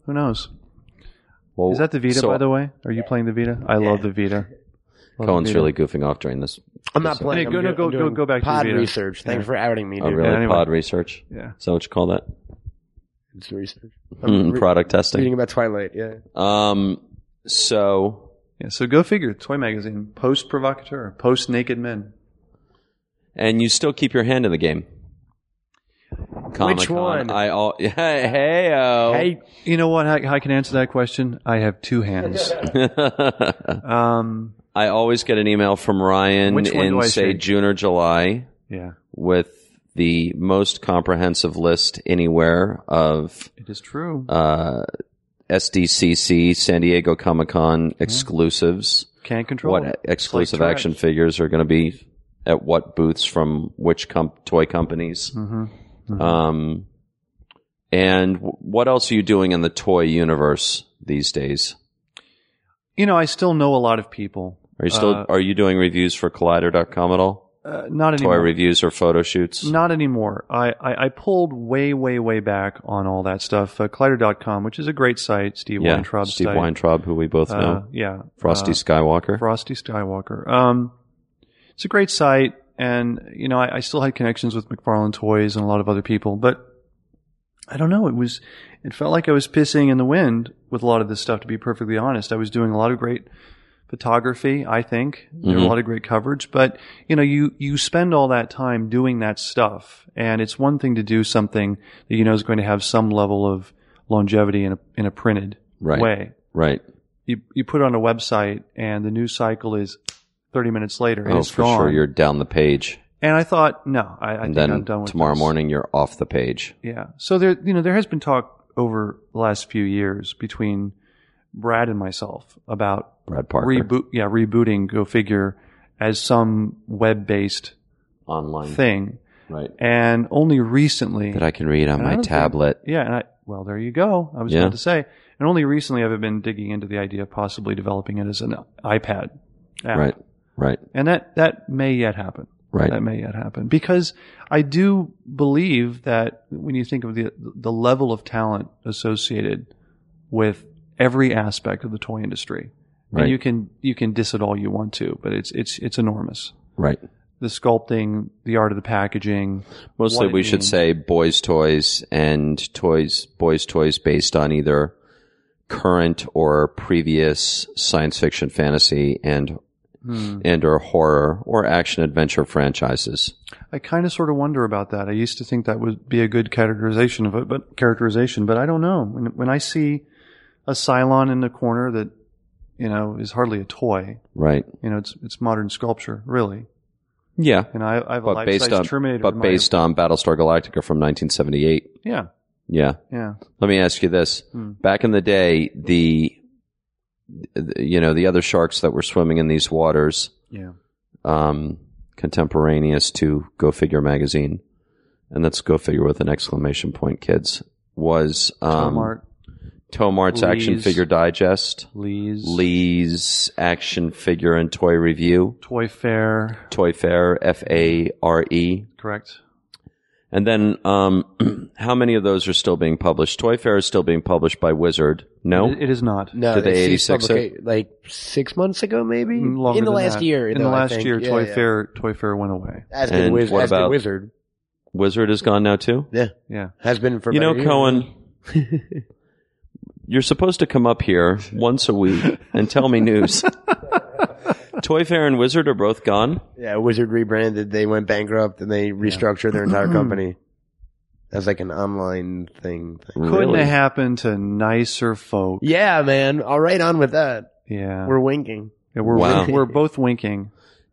Speaker 6: who knows?
Speaker 4: Well,
Speaker 6: Is that the Vita,
Speaker 4: so
Speaker 6: by the way? Are you playing the Vita? I love the Vita. Love
Speaker 4: Cohen's
Speaker 6: the Vita.
Speaker 4: really goofing off during this.
Speaker 5: I'm not playing.
Speaker 6: Hey,
Speaker 5: I'm
Speaker 6: go- no,
Speaker 5: do-
Speaker 6: go-
Speaker 5: I'm
Speaker 6: go-
Speaker 5: doing
Speaker 6: go back to
Speaker 5: pod
Speaker 6: Vita.
Speaker 5: research. Thanks for outing me, dude.
Speaker 4: Oh, really?
Speaker 6: Yeah, anyway.
Speaker 4: Pod research?
Speaker 6: Yeah.
Speaker 4: Is that what you call that?
Speaker 5: It's research.
Speaker 6: Mm-hmm.
Speaker 4: Mm,
Speaker 5: re-
Speaker 4: product
Speaker 5: Reading
Speaker 4: testing.
Speaker 5: about Twilight. Yeah.
Speaker 4: Um, so,
Speaker 6: Yeah. So go figure. Toy magazine, post provocateur, post naked men.
Speaker 4: and you still keep your hand in the game. Comic-Con,
Speaker 5: one?
Speaker 4: I all, hey, oh.
Speaker 5: Hey,
Speaker 6: You know what? I, I can answer that question. I have two hands. um.
Speaker 4: I always get an email from Ryan
Speaker 6: Which one do
Speaker 4: in,
Speaker 6: I
Speaker 4: say,
Speaker 6: shake?
Speaker 4: June or July
Speaker 6: Yeah.
Speaker 4: with the most comprehensive list anywhere of
Speaker 6: It is true.
Speaker 4: uh, SDCC San Diego Comic Con exclusives.
Speaker 6: Can't control
Speaker 4: What
Speaker 6: it.
Speaker 4: exclusive
Speaker 6: trash.
Speaker 4: action figures are going to be at what booths from which comp- toy companies?
Speaker 6: hmm
Speaker 4: Um, and w- what else are you doing in the toy universe these days?
Speaker 6: You know, I still know a lot of people.
Speaker 4: Are you still
Speaker 6: Uh,
Speaker 4: are you doing reviews for Collider.com at all?
Speaker 6: Uh, not
Speaker 4: Toy
Speaker 6: anymore.
Speaker 4: reviews or photo shoots?
Speaker 6: Not anymore. I, I, I pulled way, way, way back on all that stuff. Uh, Collider.com, which is a great site, Steve
Speaker 4: yeah,
Speaker 6: Weintraub's
Speaker 4: Steve
Speaker 6: site.
Speaker 4: Weintraub, who we both
Speaker 6: Uh,
Speaker 4: know,
Speaker 6: yeah.
Speaker 4: Frosty
Speaker 6: Uh,
Speaker 4: Skywalker.
Speaker 6: Frosty Skywalker. Um, it's a great site, and you know, I, I still had connections with McFarlane Toys and a lot of other people, but I don't know. It was, it felt like I was pissing in the wind with a lot of this stuff. To be perfectly honest, I was doing a lot of great photography. I think there were a
Speaker 4: Mhm.
Speaker 6: lot of great coverage, but you know, you you spend all that time doing that stuff, and it's one thing to do something that you know is going to have some level of longevity in a in a printed
Speaker 4: Right.
Speaker 6: way
Speaker 4: right.
Speaker 6: you you put it on a website and the news cycle is 30 minutes later and
Speaker 4: Oh,
Speaker 6: it's
Speaker 4: for
Speaker 6: gone.
Speaker 4: sure. You're down the page,
Speaker 6: and I thought, no, I, I
Speaker 4: and
Speaker 6: think
Speaker 4: then
Speaker 6: I'm done with
Speaker 4: tomorrow
Speaker 6: this.
Speaker 4: morning you're off the page.
Speaker 6: Yeah. So there, you know, there has been talk over the last few years between Brad and myself about
Speaker 4: Brad Parker,
Speaker 6: reboot, yeah, rebooting Go Figure as some web-based
Speaker 4: online,
Speaker 6: thing,
Speaker 4: right?
Speaker 6: and only recently
Speaker 4: That I can read on
Speaker 6: And I
Speaker 4: my
Speaker 6: don't think-
Speaker 4: tablet.
Speaker 6: Yeah, and I well, there you go. I was
Speaker 4: Yeah.
Speaker 6: about to say, and only recently have I been digging into the idea of possibly developing it as an iPad app.
Speaker 4: Right. Right.
Speaker 6: and that that may yet happen.
Speaker 4: Right.
Speaker 6: That may yet happen because I do believe that when you think of the the level of talent associated with every aspect of the toy industry,
Speaker 4: Right.
Speaker 6: and you can you can diss it all you want to, but it's it's it's enormous.
Speaker 4: Right.
Speaker 6: the sculpting, the art of the packaging.
Speaker 4: Mostly,
Speaker 6: what it
Speaker 4: we should
Speaker 6: means.
Speaker 4: say boys' toys and toys, boys' toys based on either current or previous science fiction, fantasy, and
Speaker 6: Hmm.
Speaker 4: and or horror or action adventure franchises.
Speaker 6: I kind of sort of wonder about that. I used to think that would be a good categorization of it, but characterization. But I don't know. When when I see a Cylon in the corner that you know is hardly a toy,
Speaker 4: Right?
Speaker 6: you know, it's it's modern sculpture, really.
Speaker 4: Yeah,
Speaker 6: You know, I, I have a
Speaker 4: but based
Speaker 6: life-size
Speaker 4: on
Speaker 6: Terminator. in
Speaker 4: but
Speaker 6: my-
Speaker 4: based on Battlestar Galactica from 1978.
Speaker 6: yeah,
Speaker 4: Yeah.
Speaker 6: yeah,
Speaker 4: Let me ask you this:
Speaker 6: Hmm.
Speaker 4: Back in the day, the the- you know the other sharks that were swimming in these waters
Speaker 6: yeah.
Speaker 4: um, contemporaneous to Go Figure magazine, and that's Go Figure with an exclamation point, kids. Was um,
Speaker 6: Walmart,
Speaker 4: Tomart's Action
Speaker 6: Lee's.
Speaker 4: Figure Digest,
Speaker 6: Lee's,
Speaker 4: Lee's Action Figure and Toy Review,
Speaker 6: Toy Fair,
Speaker 4: Toy Fair, F A R E.
Speaker 6: correct?
Speaker 4: And then, um, how many of those are still being published? Toy Fair is still being published by Wizard. No,
Speaker 6: It- it is not.
Speaker 5: No,
Speaker 4: Did they
Speaker 5: it's
Speaker 4: 86 it?
Speaker 5: publica- like six months ago, maybe
Speaker 6: Mm, Longer
Speaker 5: in the
Speaker 6: than
Speaker 5: last
Speaker 6: that.
Speaker 5: year.
Speaker 6: in
Speaker 5: though,
Speaker 6: the
Speaker 5: I
Speaker 6: last
Speaker 5: think.
Speaker 6: year,
Speaker 5: Yeah,
Speaker 6: Toy
Speaker 5: yeah.
Speaker 6: Fair, Toy Fair went away.
Speaker 5: has been,
Speaker 4: And
Speaker 5: Wiz-
Speaker 4: what
Speaker 5: has been
Speaker 4: about-
Speaker 5: Wizard.
Speaker 4: Wizard is gone now too.
Speaker 5: Yeah,
Speaker 6: Yeah,
Speaker 5: has been for
Speaker 4: you know,
Speaker 5: about a year.
Speaker 4: Cohen, you're supposed to come up here once a week and tell me news. Toy Fair and Wizard are both gone.
Speaker 5: Yeah, Wizard rebranded. They went bankrupt and they restructured their entire company as like an online thing. thing.
Speaker 6: couldn't
Speaker 4: Really?
Speaker 6: have happened to nicer folk.
Speaker 5: Yeah, man. All right, on with that.
Speaker 6: Yeah,
Speaker 5: We're winking.
Speaker 6: Yeah, we're
Speaker 4: Wow.
Speaker 6: we're both winking.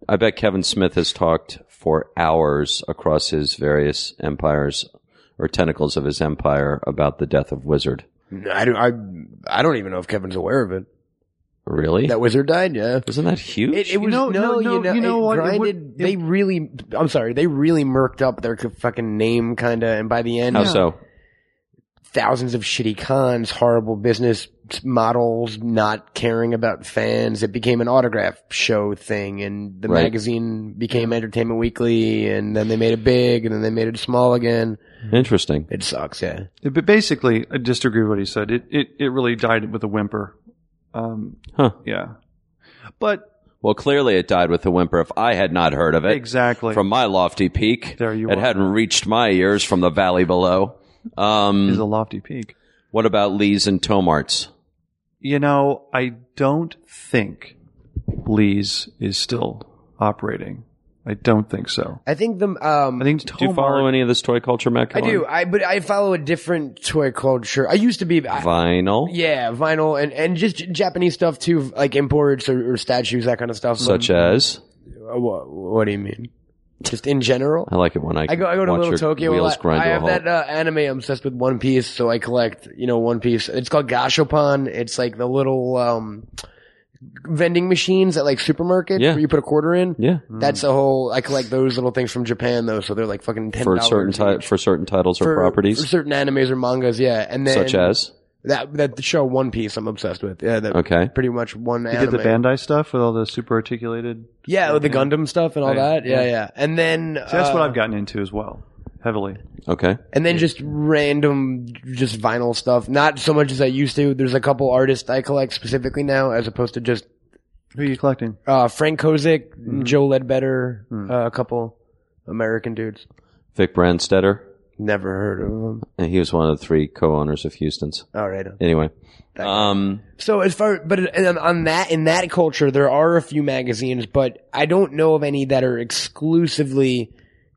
Speaker 4: I bet Kevin Smith has talked for hours across his various empires or tentacles of his empire about the death of Wizard.
Speaker 5: I don't. I, I don't even know if Kevin's aware of it.
Speaker 4: Really?
Speaker 5: That Wizard died. Yeah.
Speaker 4: Isn't that huge?
Speaker 5: It, it was
Speaker 6: know-
Speaker 5: no,
Speaker 6: no,
Speaker 5: you
Speaker 6: no,
Speaker 5: know,
Speaker 6: you know
Speaker 5: it
Speaker 6: what, it
Speaker 5: grinded-
Speaker 6: would-
Speaker 5: they really, I'm sorry, they really murked up their c- fucking name, kind of, and by the end,
Speaker 4: How so?
Speaker 5: thousands of shitty cons, horrible business models, not caring about fans. It became an autograph show thing, and the
Speaker 4: Right.
Speaker 5: magazine became Entertainment Weekly, and then they made it big, and then they made it small again.
Speaker 4: Interesting.
Speaker 5: It sucks, yeah.
Speaker 6: It- But basically, I disagree with what he said. It it, it really died with a whimper. Um,
Speaker 4: Huh.
Speaker 6: Yeah, but
Speaker 4: Well, clearly it died with a whimper. If I had not heard of it
Speaker 6: exactly
Speaker 4: from my lofty peak,
Speaker 6: There you
Speaker 4: it
Speaker 6: are.
Speaker 4: hadn't reached my ears from the valley below. Um,
Speaker 6: is a lofty peak.
Speaker 4: What about Lee's and Tomart's?
Speaker 6: You know, I don't think Lee's is still operating. I don't think so.
Speaker 5: I think the, um,
Speaker 6: I think
Speaker 4: Do you follow any of this toy culture, Matt?
Speaker 5: I do, I, but I follow a different toy culture. I used to be, I-
Speaker 4: Vinyl,
Speaker 5: yeah, vinyl and, and just J- Japanese stuff too, like imports or, or statues, that kind of stuff.
Speaker 4: such as
Speaker 5: what, what do you mean? Just in general?
Speaker 4: I like it when I
Speaker 5: I go, I go to
Speaker 4: watch
Speaker 5: Little
Speaker 4: your
Speaker 5: Tokyo. a
Speaker 4: wheels
Speaker 5: lot.
Speaker 4: grind
Speaker 5: I
Speaker 4: to a
Speaker 5: have
Speaker 4: halt.
Speaker 5: that uh, anime. I'm obsessed with One Piece, so I collect, you know, One Piece. It's called Gashapon. It's like the little um, vending machines at like supermarkets
Speaker 4: Yeah.
Speaker 5: where you put a quarter in.
Speaker 4: yeah,
Speaker 5: That's a whole. I collect those little things from Japan though, so they're like fucking ten
Speaker 4: for certain ti-
Speaker 5: types
Speaker 4: for certain titles or properties,
Speaker 5: for certain animes or mangas. Yeah, and then
Speaker 4: such as
Speaker 5: that that show One Piece. I'm obsessed with. Yeah, that
Speaker 4: okay,
Speaker 5: pretty much one
Speaker 6: You
Speaker 5: anime.
Speaker 6: did the Bandai stuff with all the super articulated.
Speaker 5: yeah, with the Gundam stuff and all
Speaker 6: Oh, Yeah.
Speaker 5: that. Yeah, yeah, and then
Speaker 6: See, that's what
Speaker 5: uh,
Speaker 6: I've gotten into as well, heavily.
Speaker 4: okay,
Speaker 5: And then just random, just vinyl stuff. Not so much as I used to. There's a couple artists I collect specifically now, as opposed to just
Speaker 6: Who are you collecting?
Speaker 5: uh, Frank Kozik,
Speaker 6: Mm-hmm.
Speaker 5: Joe Ledbetter,
Speaker 6: Mm.
Speaker 5: uh, a couple American dudes.
Speaker 4: Vic Brandstetter,
Speaker 5: Never heard of them.
Speaker 4: and he was one of the three co-owners of Houston's.
Speaker 5: All right.
Speaker 4: Anyway,
Speaker 5: That-
Speaker 4: um,
Speaker 5: So as far, but on, on that in that culture, there are a few magazines, but I don't know of any that are exclusively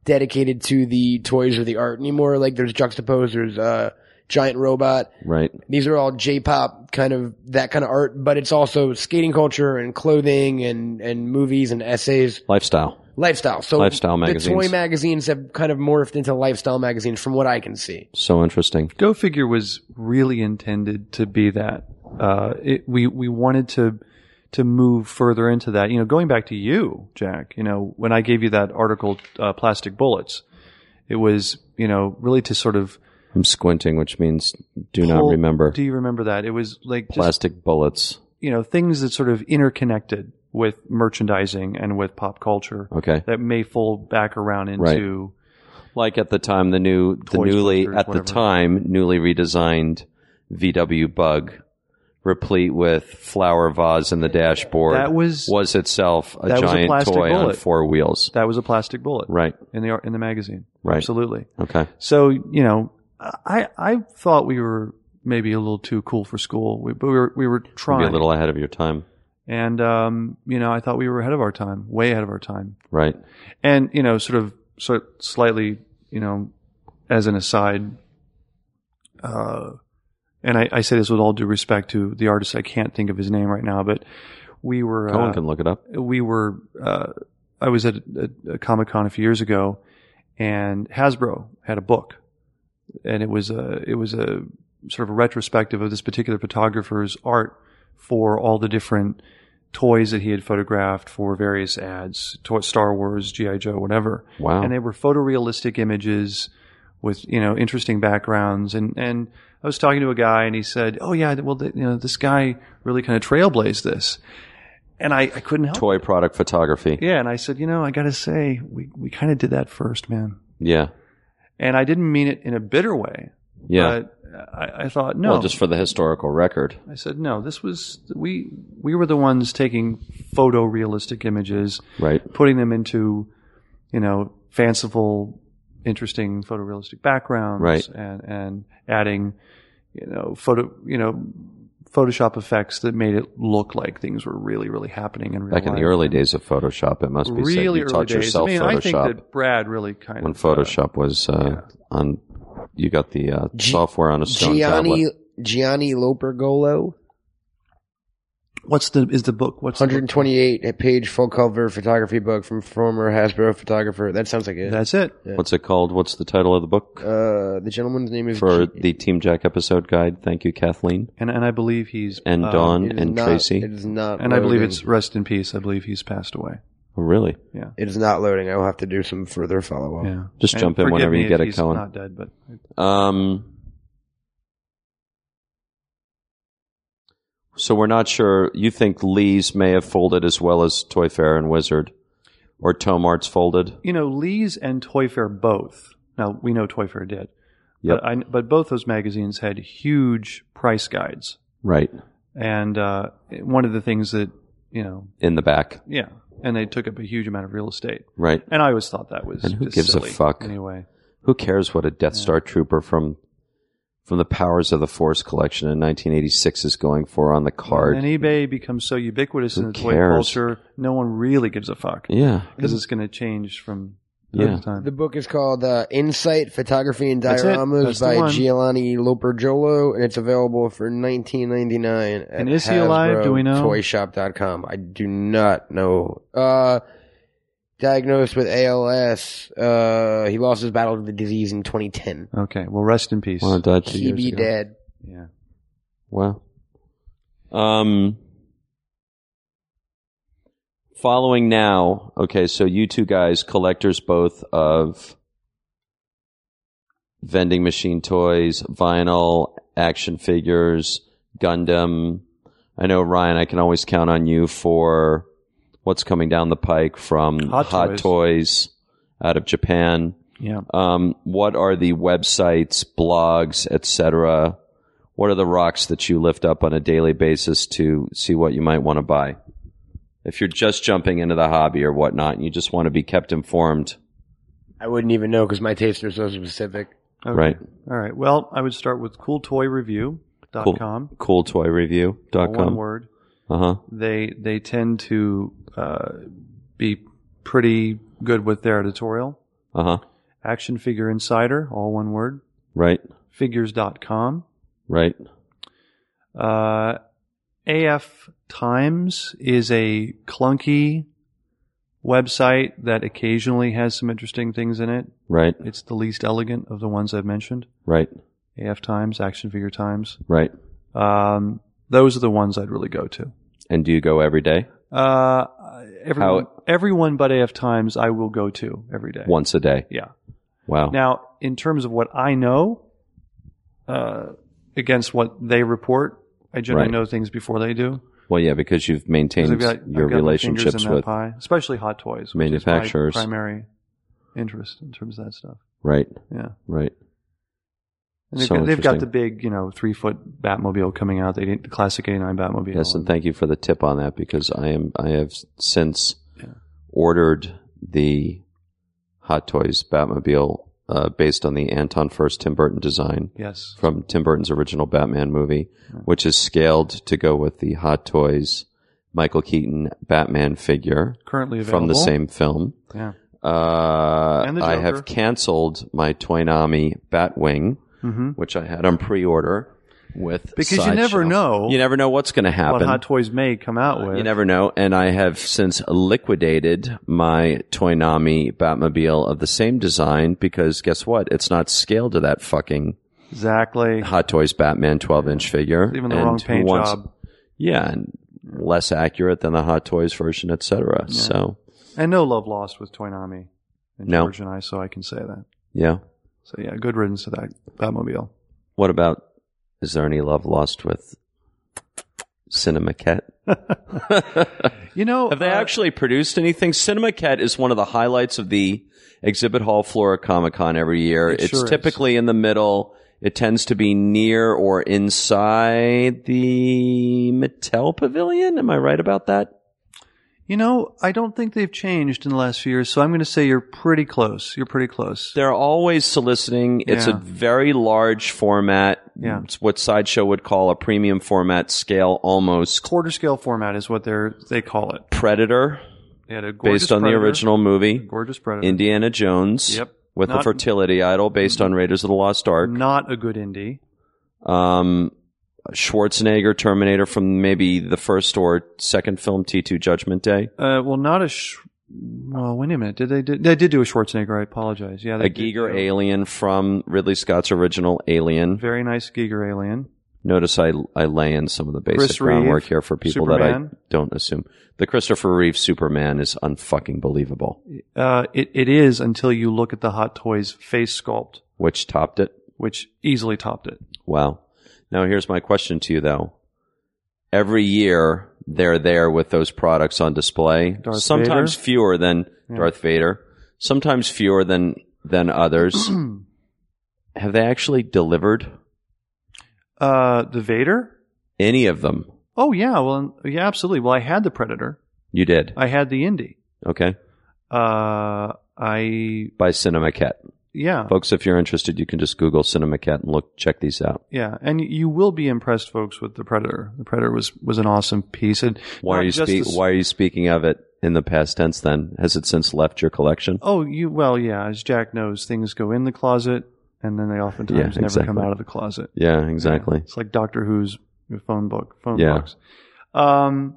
Speaker 5: dedicated to the toys or the art anymore. Like there's Juxtapose, there's uh, Giant Robot.
Speaker 4: right,
Speaker 5: These are all J-pop kind of that kind of art, but it's also skating culture and clothing and and movies and essays,
Speaker 4: lifestyle.
Speaker 5: lifestyle. So
Speaker 4: Lifestyle magazines.
Speaker 5: The toy magazines have kind of morphed into lifestyle magazines, from what I can see.
Speaker 4: So interesting.
Speaker 6: Go Figure was really intended to be that. Uh, it, we we wanted to to move further into that. You know, going back to you, Jack. You know, when I gave you that article, uh, "Plastic Bullets," it was you know really to sort of
Speaker 4: I'm squinting, which means do not
Speaker 6: pull-
Speaker 4: remember.
Speaker 6: Do you remember that? It was like just
Speaker 4: Plastic bullets.
Speaker 6: you know things that sort of interconnected with merchandising and with pop culture
Speaker 4: Okay.
Speaker 6: that may fold back around into.
Speaker 4: like at the time the new the
Speaker 6: Toys,
Speaker 4: newly
Speaker 6: posters,
Speaker 4: at the
Speaker 6: whatever.
Speaker 4: time newly redesigned VW Bug replete with flower vase in the dashboard
Speaker 6: That was-
Speaker 4: was itself a
Speaker 6: that was a
Speaker 4: giant
Speaker 6: plastic
Speaker 4: toy on
Speaker 6: bullet.
Speaker 4: four wheels.
Speaker 6: That was a plastic bullet,
Speaker 4: Right.
Speaker 6: In the in the magazine,
Speaker 4: Right.
Speaker 6: Absolutely.
Speaker 4: Okay.
Speaker 6: So you know, I I thought we were maybe a little too cool for school, we, but we were we were
Speaker 4: Be
Speaker 6: trying
Speaker 4: a little ahead of your time.
Speaker 6: and um, you know, I thought we were ahead of our time, way ahead of our time,
Speaker 4: Right.
Speaker 6: and you know, sort of sort of slightly, you know, as an aside. Uh, and I, I say this with all due respect to the artist. I can't think of his name right now, but we were.
Speaker 4: Cohen
Speaker 6: uh,
Speaker 4: can look it up.
Speaker 6: we were uh, I was at a, a Comic Con a few years ago, and Hasbro had a book, and it was a it was a sort of a retrospective of this particular photographer's art for all the different toys that he had photographed for various ads, toy, Star Wars, GI Joe, whatever
Speaker 4: Wow.
Speaker 6: and they were photorealistic images with you know interesting backgrounds and and I was talking to a guy and he said, "Oh yeah, well th you know this guy really kind of trailblazed this," and I, I couldn't help.
Speaker 4: toy product photography.
Speaker 6: Yeah, and I said, you know, I got to say, we we kind of did that first, man.
Speaker 4: Yeah.
Speaker 6: And I didn't mean it in a bitter way,
Speaker 4: Yeah.
Speaker 6: but I, I thought no.
Speaker 4: Well, just for the historical record.
Speaker 6: I said no. This was we we were the ones taking photorealistic images,
Speaker 4: Right.
Speaker 6: putting them into, you know, fanciful, interesting photorealistic backgrounds,
Speaker 4: Right.
Speaker 6: And and adding, you know, photo, you know, Photoshop effects that made it look like things were really, really happening in real
Speaker 4: Back in the
Speaker 6: life.
Speaker 4: early days of Photoshop, it must be said
Speaker 6: really
Speaker 4: you
Speaker 6: early
Speaker 4: taught
Speaker 6: days.
Speaker 4: yourself
Speaker 6: I mean,
Speaker 4: Photoshop
Speaker 6: I think that Brad really kind
Speaker 4: when
Speaker 6: of uh,
Speaker 4: Photoshop was uh, on. You got the uh,
Speaker 5: G-
Speaker 4: software on a stone
Speaker 5: Gianni
Speaker 4: tablet.
Speaker 5: Gianni Lopergolo,
Speaker 6: what's the is the book? What's the book?
Speaker 5: 128 at page full cover photography book from former Hasbro photographer. That sounds like it.
Speaker 6: That's it.
Speaker 4: What's it called? What's the title of the book
Speaker 5: uh, the gentleman's name is
Speaker 4: for
Speaker 5: G-
Speaker 4: the Team Jack episode guide? Thank you, Kathleen
Speaker 6: And and I believe he's
Speaker 4: and
Speaker 6: uh,
Speaker 4: Dawn
Speaker 5: it is
Speaker 4: and
Speaker 5: not-
Speaker 4: Tracy.
Speaker 5: It is not,
Speaker 6: and I believe
Speaker 5: loading.
Speaker 6: it's rest in peace. I believe he's passed away.
Speaker 4: Oh, really?
Speaker 5: It is not loading. I will have to do some further follow up.
Speaker 6: Yeah.
Speaker 4: Just
Speaker 6: And
Speaker 4: jump in
Speaker 6: forgive
Speaker 4: whenever
Speaker 6: me
Speaker 4: you
Speaker 6: if
Speaker 4: get it,
Speaker 6: he's
Speaker 4: Cohen.
Speaker 6: Not dead, but
Speaker 4: Um, so we're not sure. You think Lee's may have folded as well as Toy Fair and Wizard, or Tomart's folded?
Speaker 6: you know, Lee's and Toy Fair both. Now we know Toy Fair did.
Speaker 4: Yep.
Speaker 6: But, I, but both those magazines had huge price guides,
Speaker 4: Right
Speaker 6: and uh, one of the things that you know,
Speaker 4: in the back.
Speaker 6: yeah, and they took up a huge amount of real estate.
Speaker 4: Right.
Speaker 6: And I always thought that was
Speaker 4: And who
Speaker 6: just
Speaker 4: gives a
Speaker 6: silly
Speaker 4: fuck?
Speaker 6: anyway.
Speaker 4: Who cares what a Death Star trooper from from the Powers of the Force collection in 1986 is going for on the card?
Speaker 6: And eBay becomes so ubiquitous
Speaker 4: Who
Speaker 6: in the toy
Speaker 4: cares?
Speaker 6: culture, no one really gives a fuck
Speaker 4: yeah.
Speaker 6: because it's going to change from
Speaker 4: Yeah.
Speaker 6: time to time.
Speaker 5: The book is called uh, Insight Photography and
Speaker 6: That's it. That's
Speaker 5: Dioramas
Speaker 6: the
Speaker 5: by
Speaker 6: one.
Speaker 5: Giovanni Loperjolo, and it's available for nineteen ninety nine.
Speaker 6: And is he alive? Do we know?
Speaker 5: Toyshop.com. I do not know. Uh, diagnosed with ALS, uh, he lost his battle to the disease in 2010.
Speaker 6: Okay, well, rest in peace.
Speaker 4: Well, that's-
Speaker 5: He be dead.
Speaker 6: Yeah.
Speaker 4: Wow. Um, following now, okay, so you two guys, collectors both of vending machine toys, vinyl, action figures, Gundam. I know, Ryan, I can always count on you for what's coming down the pike from
Speaker 6: Hot
Speaker 4: Hot
Speaker 6: Toys.
Speaker 4: Toys out of Japan
Speaker 6: Yeah.
Speaker 4: um, what are the websites, blogs, etc. What are the rocks that you lift up on a daily basis to see what you might want to buy? If you're just jumping into the hobby or whatnot, and you just want to be kept informed,
Speaker 5: I wouldn't even know because my tastes are so specific.
Speaker 6: Okay.
Speaker 4: right?
Speaker 6: All right. Well, I would start with cooltoyreview.com. all One
Speaker 4: CoolToyReview.com.
Speaker 6: word.
Speaker 4: Uh huh.
Speaker 6: They they tend to uh, be pretty good with their editorial.
Speaker 4: Uh huh.
Speaker 6: Action Figure Insider, all one word.
Speaker 4: Right.
Speaker 6: Figures.com.
Speaker 4: Right.
Speaker 6: Uh, AF Times is a clunky website that occasionally has some interesting things in it.
Speaker 4: Right.
Speaker 6: It's the least elegant of the ones I've mentioned.
Speaker 4: Right.
Speaker 6: AF Times, Action Figure Times.
Speaker 4: Right.
Speaker 6: Um, those are the ones I'd really go to.
Speaker 4: And do you go every day?
Speaker 6: Uh, everyone,
Speaker 4: How-
Speaker 6: everyone but AF Times, I will go to every day.
Speaker 4: Once a day.
Speaker 6: Yeah.
Speaker 4: Wow.
Speaker 6: Now, in terms of what I know, uh, against what they report, I generally
Speaker 4: Right.
Speaker 6: know things before they do.
Speaker 4: well, yeah, because you've maintained
Speaker 6: 'Cause I've got- I've
Speaker 4: your
Speaker 6: got my fingers
Speaker 4: relationships
Speaker 6: in that
Speaker 4: with
Speaker 6: pie, especially hot toys, which is my
Speaker 4: manufacturers.
Speaker 6: primary interest in terms of that stuff.
Speaker 4: right.
Speaker 6: Yeah.
Speaker 4: Right.
Speaker 6: And they've,
Speaker 4: So
Speaker 6: got, they've got the
Speaker 4: interesting.
Speaker 6: big, you know, three foot Batmobile coming out. They did the classic '89 Batmobile.
Speaker 4: Yes, and thank you for the tip on that because I am I have since ordered the Hot Toys Batmobile uh, based on the Anton First Tim Burton design
Speaker 6: yes,
Speaker 4: from Tim Burton's original Batman movie, which is scaled to go with the Hot Toys Michael Keaton Batman figure
Speaker 6: currently available
Speaker 4: from the same film.
Speaker 6: Yeah.
Speaker 4: Uh,
Speaker 6: And the
Speaker 4: I
Speaker 6: Joker.
Speaker 4: have canceled my Toynami Batwing,
Speaker 6: Mm-hmm.
Speaker 4: which I had on pre-order with
Speaker 6: Because you never
Speaker 4: Sideshow.
Speaker 6: know
Speaker 4: You never know what's going to
Speaker 6: what
Speaker 4: happen.
Speaker 6: Hot Toys may come out with.
Speaker 4: You never know. And I have since liquidated my Toynami Batmobile of the same design because guess what? It's not scaled to that fucking
Speaker 6: exactly.
Speaker 4: Hot Toys Batman 12 inch figure.
Speaker 6: Even the
Speaker 4: And
Speaker 6: wrong
Speaker 4: who
Speaker 6: paint
Speaker 4: wants-
Speaker 6: job.
Speaker 4: Yeah. And less accurate than the Hot Toys version, etc. So,
Speaker 6: And no love lost with Toynami and
Speaker 4: No.
Speaker 6: George and I, so I can say that.
Speaker 4: yeah.
Speaker 6: So yeah, good riddance to that Batmobile.
Speaker 4: What about, is there any love lost with Cinemaquette?
Speaker 6: You know,
Speaker 4: Have they
Speaker 6: uh,
Speaker 4: actually produced anything? Cinema Cat is one of the highlights of the exhibit hall floor at Comic Con every year.
Speaker 6: It
Speaker 4: it's
Speaker 6: sure is.
Speaker 4: typically in the middle. It tends to be near or inside the Mattel Pavilion. Am I right about that?
Speaker 6: You know, I don't think they've changed in the last few years, so I'm going to say you're pretty close. You're pretty close.
Speaker 4: They're always soliciting. It's a
Speaker 6: Yeah.
Speaker 4: very large format.
Speaker 6: Yeah.
Speaker 4: It's what Sideshow would call a premium format scale almost.
Speaker 6: Quarter scale format is what they're they call it.
Speaker 4: Predator,
Speaker 6: They had a gorgeous
Speaker 4: based on
Speaker 6: Predator,
Speaker 4: the original movie.
Speaker 6: gorgeous predator.
Speaker 4: Indiana Jones.
Speaker 6: Yep.
Speaker 4: With the
Speaker 6: Not-
Speaker 4: fertility idol based on Raiders of the Lost Ark.
Speaker 6: Not a good indie.
Speaker 4: um, Schwarzenegger Terminator from maybe the first or second film T2 Judgment Day.
Speaker 6: Uh, well, not a. Sh- well, wait a minute. Did they? Did, they did do a Schwarzenegger. I apologize. Yeah, they
Speaker 4: A
Speaker 6: did
Speaker 4: Giger
Speaker 6: do-
Speaker 4: alien from Ridley Scott's original Alien.
Speaker 6: Very nice Giger alien.
Speaker 4: Notice I, I lay in some of the basic
Speaker 6: Chris Reeve,
Speaker 4: groundwork here for people that
Speaker 6: Superman.
Speaker 4: I don't assume. The Christopher Reeve Superman is unfucking believable.
Speaker 6: Uh, it, it is until you look at the Hot Toys face sculpt,
Speaker 4: Which topped it?
Speaker 6: which easily topped it.
Speaker 4: Wow. Now here's my question to you though. Every year they're there with those products on display.
Speaker 6: Darth
Speaker 4: sometimes
Speaker 6: Vader.
Speaker 4: fewer than Darth Vader. Sometimes fewer than than others. Have they actually delivered
Speaker 6: Uh, the Vader.
Speaker 4: any of them?
Speaker 6: Oh yeah. Well, yeah, absolutely. Well, I had the Predator.
Speaker 4: You did.
Speaker 6: I had the Indy.
Speaker 4: Okay.
Speaker 6: Uh, I
Speaker 4: By Cinemaquette.
Speaker 6: yeah
Speaker 4: Folks, if you're interested, you can just Google Cinemaquette and look check these out.
Speaker 6: yeah, and you will be impressed, folks, with the Predator. The Predator was was an awesome piece, and
Speaker 4: Why
Speaker 6: not
Speaker 4: are you
Speaker 6: just
Speaker 4: speak
Speaker 6: the s-
Speaker 4: why are you speaking of it in the past tense then? Has it since left your collection?
Speaker 6: Oh, you well, yeah. As Jack knows, things go in the closet, and then they oftentimes
Speaker 4: Yeah,
Speaker 6: never come
Speaker 4: exactly.
Speaker 6: out of the closet.
Speaker 4: Yeah, exactly.
Speaker 6: It's like Doctor Who's phone book, phone
Speaker 4: Yeah.
Speaker 6: books. Um,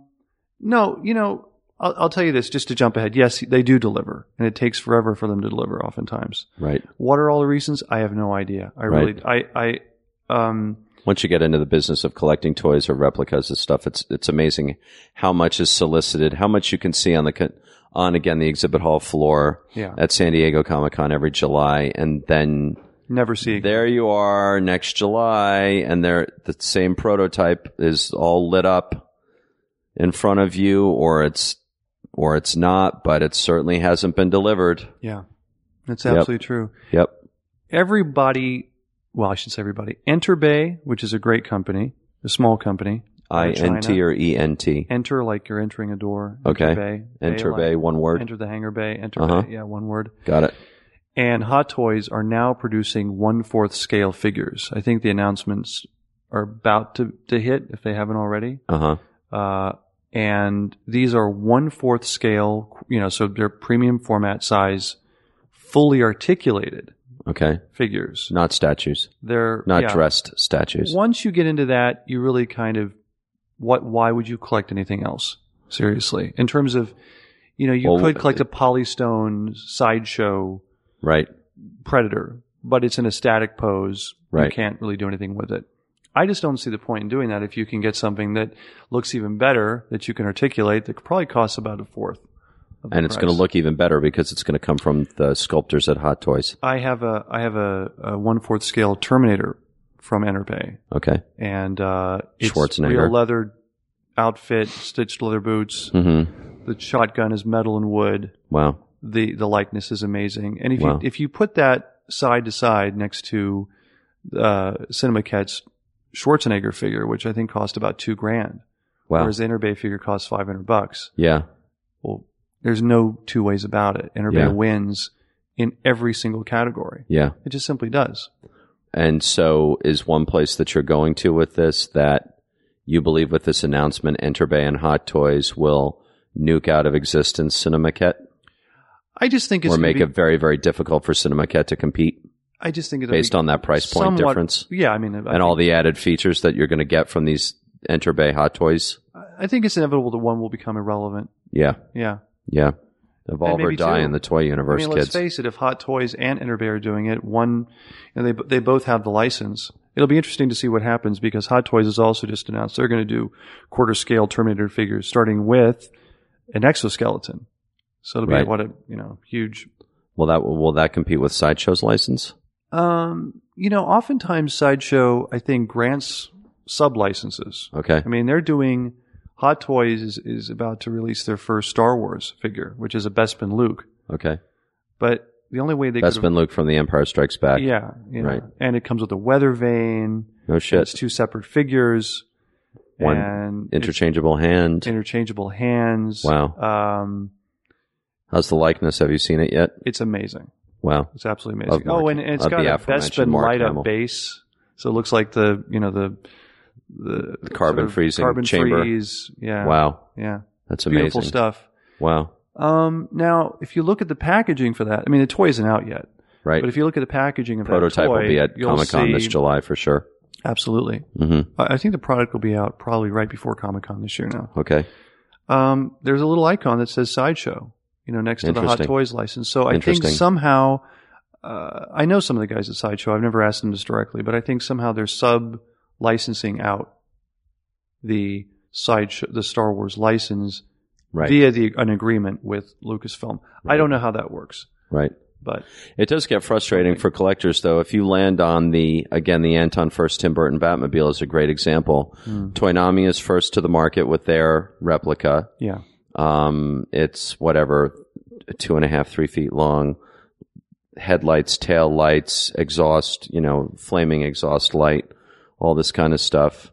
Speaker 6: no, you know, I'll, I'll tell you this just to jump ahead. Yes, they do deliver, and it takes forever for them to deliver. Oftentimes,
Speaker 4: Right.
Speaker 6: what are all the reasons? I have no idea. I really, I, I, um,
Speaker 4: once you get into the business of collecting toys or replicas and stuff, it's it's amazing how much is solicited, how much you can see on the con- on again the exhibit hall floor
Speaker 6: yeah,
Speaker 4: at San Diego Comic Con every July, and then
Speaker 6: never see. again.
Speaker 4: there you are next July, and there the same prototype is all lit up in front of you, or it's or it's not, but it certainly hasn't been delivered.
Speaker 6: Yeah, that's
Speaker 4: Yep.
Speaker 6: absolutely true.
Speaker 4: Yep,
Speaker 6: Everybody, well, I should say everybody. Enterbay, which is a great company, a small company.
Speaker 4: I N T
Speaker 6: China.
Speaker 4: or E N T.
Speaker 6: Enter like you're entering a door.
Speaker 4: Okay.
Speaker 6: Enterbay.
Speaker 4: Enter
Speaker 6: bay.
Speaker 4: bay, one word.
Speaker 6: Enter the hangar bay. Enter
Speaker 4: Uh-huh.
Speaker 6: bay. Yeah, one word.
Speaker 4: Got it.
Speaker 6: And Hot Toys are now producing one fourth scale figures. I think the announcements are about to, to hit if they haven't already.
Speaker 4: Uh huh.
Speaker 6: Uh, and these are one fourth scale, you know, so they're premium format size, fully articulated
Speaker 4: Okay.
Speaker 6: figures.
Speaker 4: Not statues.
Speaker 6: They're
Speaker 4: Not
Speaker 6: yeah.
Speaker 4: dressed statues.
Speaker 6: Once you get into that, you really kind of what? Why would you collect anything else? Seriously, in terms of, you know, you
Speaker 4: Well,
Speaker 6: could collect a polystone sideshow
Speaker 4: Right.
Speaker 6: predator, but it's in a static pose. You
Speaker 4: Right.
Speaker 6: can't really do anything with it. I just don't see the point in doing that if you can get something that looks even better that you can articulate that probably costs about a fourth. of the
Speaker 4: And it's
Speaker 6: price.
Speaker 4: going to look even better because it's going to come from the sculptors at Hot Toys.
Speaker 6: I have a I have a, a one fourth scale Terminator from Enterpay.
Speaker 4: Okay.
Speaker 6: and uh, it's
Speaker 4: Schwarzenegger.
Speaker 6: real leather outfit, stitched leather boots.
Speaker 4: hmm
Speaker 6: The shotgun is metal and wood.
Speaker 4: Wow.
Speaker 6: The the likeness is amazing. And if
Speaker 4: Wow.
Speaker 6: you if you put that side to side next to uh, CinemaCat's Schwarzenegger figure, which I think cost about two grand,
Speaker 4: Wow.
Speaker 6: whereas the Interbay figure cost five hundred bucks.
Speaker 4: yeah.
Speaker 6: Well, there's no two ways about it. Interbay
Speaker 4: Yeah.
Speaker 6: wins in every single category.
Speaker 4: Yeah.
Speaker 6: It just simply does.
Speaker 4: And so is one place that you're going to with this that you believe with this announcement, Enterbay and Hot Toys will nuke out of existence Cinemaquette
Speaker 6: I just think it's
Speaker 4: or
Speaker 6: gonna
Speaker 4: make
Speaker 6: be-
Speaker 4: it very, very difficult for Cinemaquette to compete
Speaker 6: I just think it'll
Speaker 4: based
Speaker 6: be
Speaker 4: on that price point
Speaker 6: somewhat-
Speaker 4: difference
Speaker 6: Yeah, I mean, I
Speaker 4: and all the added features that you're going to get from these Enterbay Hot Toys.
Speaker 6: I think it's inevitable that one will become irrelevant.
Speaker 4: Yeah.
Speaker 6: Yeah.
Speaker 4: Yeah. Evolve
Speaker 6: And
Speaker 4: or
Speaker 6: maybe
Speaker 4: die
Speaker 6: two.
Speaker 4: in the toy
Speaker 6: I
Speaker 4: universe,
Speaker 6: mean, let's
Speaker 4: kids.
Speaker 6: face it. If Hot Toys and Interbay are doing it, one, and they they both have the license. It'll be interesting to see what happens because Hot Toys has also just announced they're going to do quarter scale Terminator figures, starting with an exoskeleton. So it'll
Speaker 4: Right.
Speaker 6: be what a you know huge.
Speaker 4: will that will that compete with Sideshow's license?
Speaker 6: Um, you know, oftentimes sideshow I think grants sub licenses.
Speaker 4: Okay.
Speaker 6: I mean, they're doing Hot Toys is, is about to release their first Star Wars figure, which is a Bespin Luke.
Speaker 4: Okay.
Speaker 6: But the only way they
Speaker 4: That's
Speaker 6: could've-
Speaker 4: been Luke from The Empire Strikes Back.
Speaker 6: yeah, you know,
Speaker 4: Right.
Speaker 6: and it comes with a weather vane.
Speaker 4: No
Speaker 6: It's
Speaker 4: shit.
Speaker 6: two separate figures.
Speaker 4: One
Speaker 6: and it's
Speaker 4: Interchangeable hand.
Speaker 6: interchangeable hands.
Speaker 4: Wow.
Speaker 6: um,
Speaker 4: How's the likeness? Have you seen it yet?
Speaker 6: it's amazing.
Speaker 4: Wow.
Speaker 6: It's absolutely
Speaker 4: Love
Speaker 6: amazing.
Speaker 4: Mark-
Speaker 6: oh, and, and it's
Speaker 4: love
Speaker 6: got
Speaker 4: the
Speaker 6: a
Speaker 4: aforementioned
Speaker 6: Bespin
Speaker 4: Mark
Speaker 6: light
Speaker 4: Hamill.
Speaker 6: up base, so it looks like the you know the the,
Speaker 4: carbon
Speaker 6: of
Speaker 4: freezing
Speaker 6: carbon
Speaker 4: chamber.
Speaker 6: freeze. Yeah,
Speaker 4: Wow.
Speaker 6: yeah,
Speaker 4: That's amazing.
Speaker 6: beautiful stuff.
Speaker 4: Wow.
Speaker 6: Um, now, if you look at the packaging for that, I mean, the toy isn't out yet,
Speaker 4: Right.
Speaker 6: but if you look at the packaging of
Speaker 4: Prototype
Speaker 6: that toy,
Speaker 4: will be at
Speaker 6: you'll
Speaker 4: Comic Con
Speaker 6: see-
Speaker 4: this July for sure.
Speaker 6: Absolutely,
Speaker 4: hmm
Speaker 6: I I think the product will be out probably right before Comic Con this year. Now,
Speaker 4: Okay.
Speaker 6: um, there's a little icon that says Sideshow, you know, next to the Hot
Speaker 4: Interesting.
Speaker 6: Toys license. So I think
Speaker 4: Interesting.
Speaker 6: somehow, uh, I know some of the guys at Sideshow. I've never asked them this directly, but I think somehow they're sub licensing out the Sideshow, the Star Wars license
Speaker 4: Right.
Speaker 6: via the an agreement with Lucasfilm.
Speaker 4: Right.
Speaker 6: I don't know how that works.
Speaker 4: right.
Speaker 6: But
Speaker 4: It does get frustrating for collectors, though. If you land on the, again, the Anton First Tim Burton Batmobile is a great example.
Speaker 6: Hmm.
Speaker 4: Toynami is first to the market with their replica.
Speaker 6: yeah,
Speaker 4: Um, it's whatever, two and a half, three feet long, headlights, tail lights, exhaust, you know, flaming exhaust light, all this kind of stuff.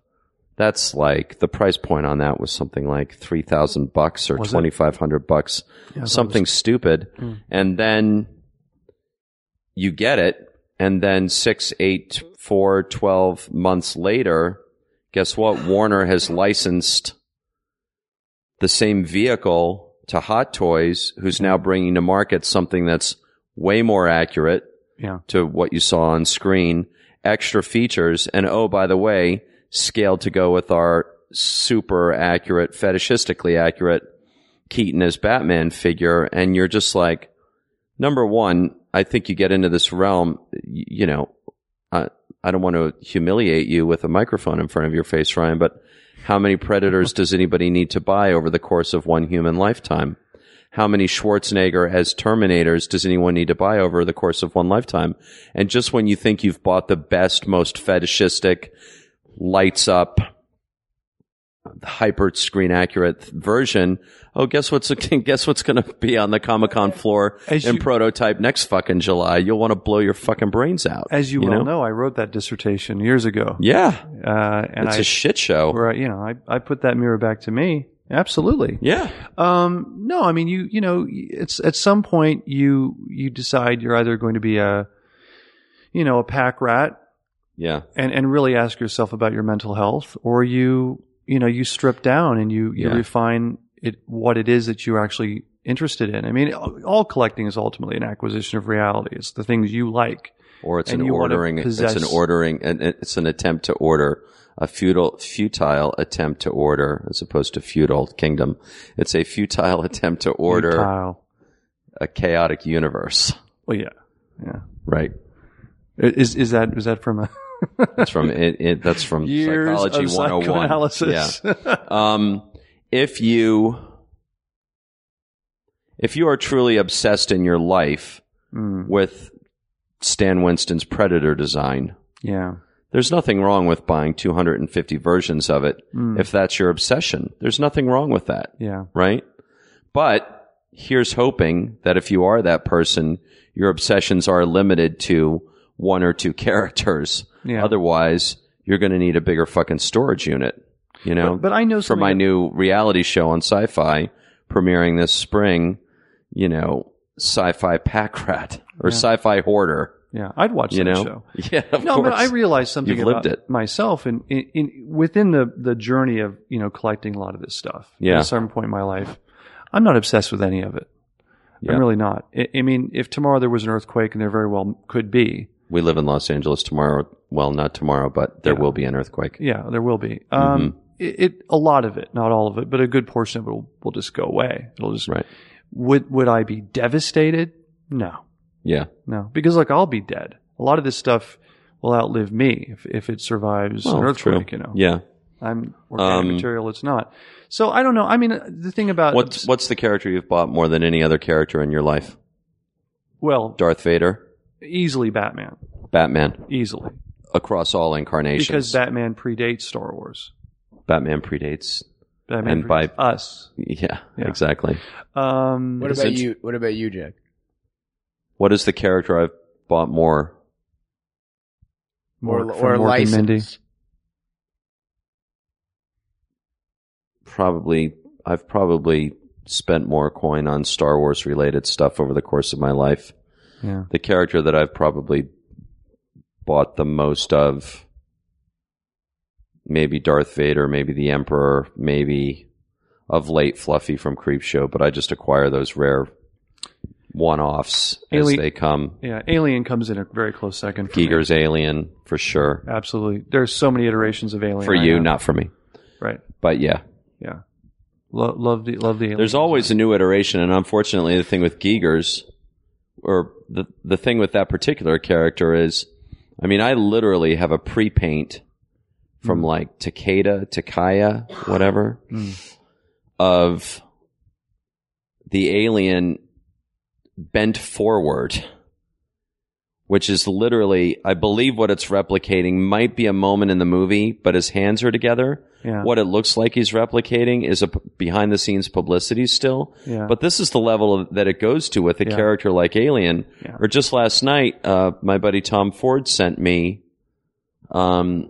Speaker 4: That's like the price point on that was something like three thousand bucks or
Speaker 6: Was it?
Speaker 4: twenty five hundred bucks, something stupid.
Speaker 6: Hmm.
Speaker 4: And then you get it, and then six, eight, four, twelve months later, guess what? Warner has licensed the same vehicle to Hot Toys, who's now bringing to market something that's way more accurate
Speaker 6: yeah,
Speaker 4: to what you saw on screen, extra features, and oh, by the way, scaled to go with our super accurate, fetishistically accurate Keaton as Batman figure. And you're just like, number one, I think you get into this realm, y- you know, I, I don't want to humiliate you with a microphone in front of your face, Ryan, but how many predators does anybody need to buy over the course of one human lifetime? How many Schwarzenegger as Terminators does anyone need to buy over the course of one lifetime? And just when you think you've bought the best, most fetishistic, lights up, hyper screen accurate version, oh, guess what's guess what's going to be on the Comic Con floor
Speaker 6: As
Speaker 4: in
Speaker 6: you-
Speaker 4: prototype next fucking July? You'll want to blow your fucking brains out.
Speaker 6: As you, well know? I wrote that dissertation years ago.
Speaker 4: Yeah,
Speaker 6: Uh, and
Speaker 4: it's
Speaker 6: I,
Speaker 4: a shit show.
Speaker 6: where I, you know, I, I put that mirror back to me. Absolutely.
Speaker 4: Yeah,
Speaker 6: Um, no, I mean, you, you know, it's at some point you, you decide you're either going to be a, you know, a pack rat
Speaker 4: yeah.
Speaker 6: and, and really ask yourself about your mental health or you, you know, you strip down and you, you
Speaker 4: Yeah.
Speaker 6: refine it, what it is that you're actually interested in. I mean, all collecting is ultimately an acquisition of reality. It's the things you like.
Speaker 4: Or it's
Speaker 6: And
Speaker 4: an
Speaker 6: you wanna
Speaker 4: ordering. It's an
Speaker 6: possess-
Speaker 4: ordering, and it's an attempt to order a futile, futile attempt to order, as opposed to feudal kingdom. It's a futile attempt to order
Speaker 6: Futile.
Speaker 4: a chaotic universe.
Speaker 6: Well, yeah. Yeah.
Speaker 4: Right.
Speaker 6: Is is that is that from a
Speaker 4: That's from it, it, that's from
Speaker 6: years
Speaker 4: psychology
Speaker 6: of
Speaker 4: 101.
Speaker 6: psychoanalysis?
Speaker 4: Yeah. Um, if you if you are truly obsessed in your life
Speaker 6: Mm,
Speaker 4: with Stan Winston's Predator design,
Speaker 6: yeah.
Speaker 4: There's nothing wrong with buying 250 versions of it
Speaker 6: Mm.
Speaker 4: if that's your obsession. There's nothing wrong with that,
Speaker 6: Yeah.
Speaker 4: right? But here's hoping that if you are that person, your obsessions are limited to one or two characters
Speaker 6: Yeah.
Speaker 4: Otherwise, you're going to need a bigger fucking storage unit. You know,
Speaker 6: But- but I know
Speaker 4: for
Speaker 6: something
Speaker 4: my
Speaker 6: that-
Speaker 4: new reality show on Sci-Fi premiering this spring, you know, Sci-Fi pack rat or Sci-Fi hoarder.
Speaker 6: Yeah, I'd watch
Speaker 4: You
Speaker 6: that
Speaker 4: know,
Speaker 6: show.
Speaker 4: yeah, of
Speaker 6: no,
Speaker 4: course.
Speaker 6: but I realized something
Speaker 4: You've
Speaker 6: about
Speaker 4: lived it.
Speaker 6: myself, and in, in, within the the journey of you know collecting a lot of this stuff.
Speaker 4: Yeah.
Speaker 6: at a certain point in my life, I'm not obsessed with any of it.
Speaker 4: Yeah.
Speaker 6: I'm really not. I, I mean, if tomorrow there was an earthquake, and there very well could be,
Speaker 4: We live in Los Angeles tomorrow. Well, not tomorrow, but there will be an earthquake.
Speaker 6: yeah, there will be. Um,
Speaker 4: Mm-hmm.
Speaker 6: it, it a lot of it, not all of it, but a good portion of it will, will just go away. It'll just
Speaker 4: Right.
Speaker 6: would would I be devastated? No,
Speaker 4: Yeah.
Speaker 6: no, because like I'll be dead. A lot of this stuff will outlive me if if it survives an
Speaker 4: Well, true.
Speaker 6: earthquake. You know,
Speaker 4: Yeah.
Speaker 6: I'm organic
Speaker 4: Um,
Speaker 6: material. It's not. So I don't know. I mean, uh, the thing about
Speaker 4: What's what's the character you've bought more than any other character in your life?
Speaker 6: well,
Speaker 4: Darth Vader,
Speaker 6: easily Batman,
Speaker 4: Batman,
Speaker 6: easily
Speaker 4: across all incarnations.
Speaker 6: because Batman predates Star Wars.
Speaker 4: Batman predates.
Speaker 6: Batman
Speaker 4: And by-
Speaker 6: predates us.
Speaker 4: Yeah,
Speaker 6: Yeah.
Speaker 4: exactly.
Speaker 6: Um,
Speaker 5: What about you? What about you, Jack?
Speaker 4: What is the character I've bought more?
Speaker 5: Or
Speaker 6: Mork from
Speaker 5: or a
Speaker 6: Mork and Mindy.
Speaker 5: license?
Speaker 4: Probably, I've probably spent more coin on Star Wars related stuff over the course of my life.
Speaker 6: Yeah.
Speaker 4: The character that I've probably bought the most of, maybe Darth Vader, maybe the Emperor, maybe of late Fluffy from Creepshow, but I just acquire those rare one-offs as
Speaker 6: Ali-
Speaker 4: they come.
Speaker 6: Yeah, Alien comes in a very close second. For me.
Speaker 4: Giger's Alien for sure.
Speaker 6: absolutely. There's so many iterations of Alien
Speaker 4: for
Speaker 6: I
Speaker 4: you,
Speaker 6: know.
Speaker 4: not for me.
Speaker 6: right?
Speaker 4: But yeah,
Speaker 6: Yeah, Lo- love the love the Alien.
Speaker 4: there's always a new iteration, and unfortunately, the thing with Giger's, or the the thing with that particular character is, I mean, I literally have a pre-paint from like Takeda, Takaya, whatever, of the alien bent forward. Which is literally, I believe what it's replicating might be a moment in the movie, but his hands are together.
Speaker 6: yeah.
Speaker 4: what it looks like he's replicating is a behind the scenes publicity still.
Speaker 6: Yeah.
Speaker 4: But this is the level of, that it goes to with a
Speaker 6: Yeah.
Speaker 4: character like Alien.
Speaker 6: Yeah.
Speaker 4: Or just last night, uh, my buddy Tom Ford sent me um,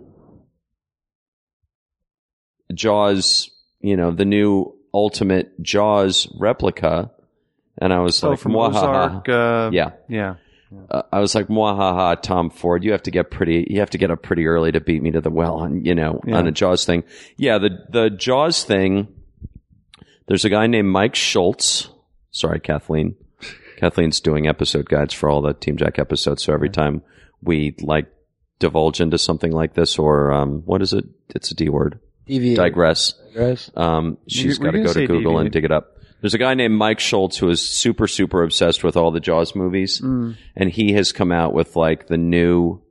Speaker 4: Jaws, you know, the new ultimate Jaws replica. And I was
Speaker 6: oh,
Speaker 4: like,
Speaker 6: from
Speaker 4: "Mwahaha."
Speaker 6: Ozark. Uh,
Speaker 4: Yeah.
Speaker 6: yeah.
Speaker 4: Uh, I was like, "Mwahaha, Tom Ford, you have to get pretty, you have to get up pretty early to beat me to the well on, you know,
Speaker 6: Yeah.
Speaker 4: on a Jaws thing." Yeah, the the Jaws thing. There's a guy named Mike Schultz. Sorry, Kathleen. Kathleen's doing episode guides for all the Team Jack episodes, so every time we like divulge into something like this, or um, what is it? It's a D word.
Speaker 5: Deviate.
Speaker 4: Digress.
Speaker 5: Digress.
Speaker 4: Um, she's
Speaker 6: were
Speaker 4: got to
Speaker 6: you
Speaker 4: go
Speaker 6: gonna
Speaker 4: to
Speaker 6: say
Speaker 4: Google and
Speaker 6: DVD?
Speaker 4: dig it up. There's a guy named Mike Schultz who is super, super obsessed with all the Jaws movies,
Speaker 6: Hmm.
Speaker 4: and he has come out with like the new.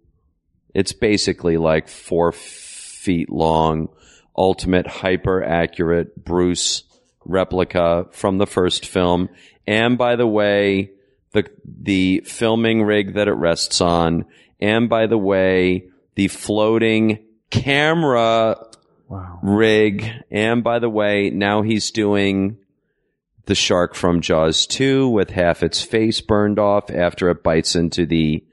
Speaker 4: It's basically like four feet long, ultimate hyper accurate Bruce replica from the first film, and by the way, the the filming rig that it rests on, and by the way, the floating camera
Speaker 6: Wow.
Speaker 4: rig. And by the way, now he's doing the shark from Jaws 2 with half its face burned off after it bites into the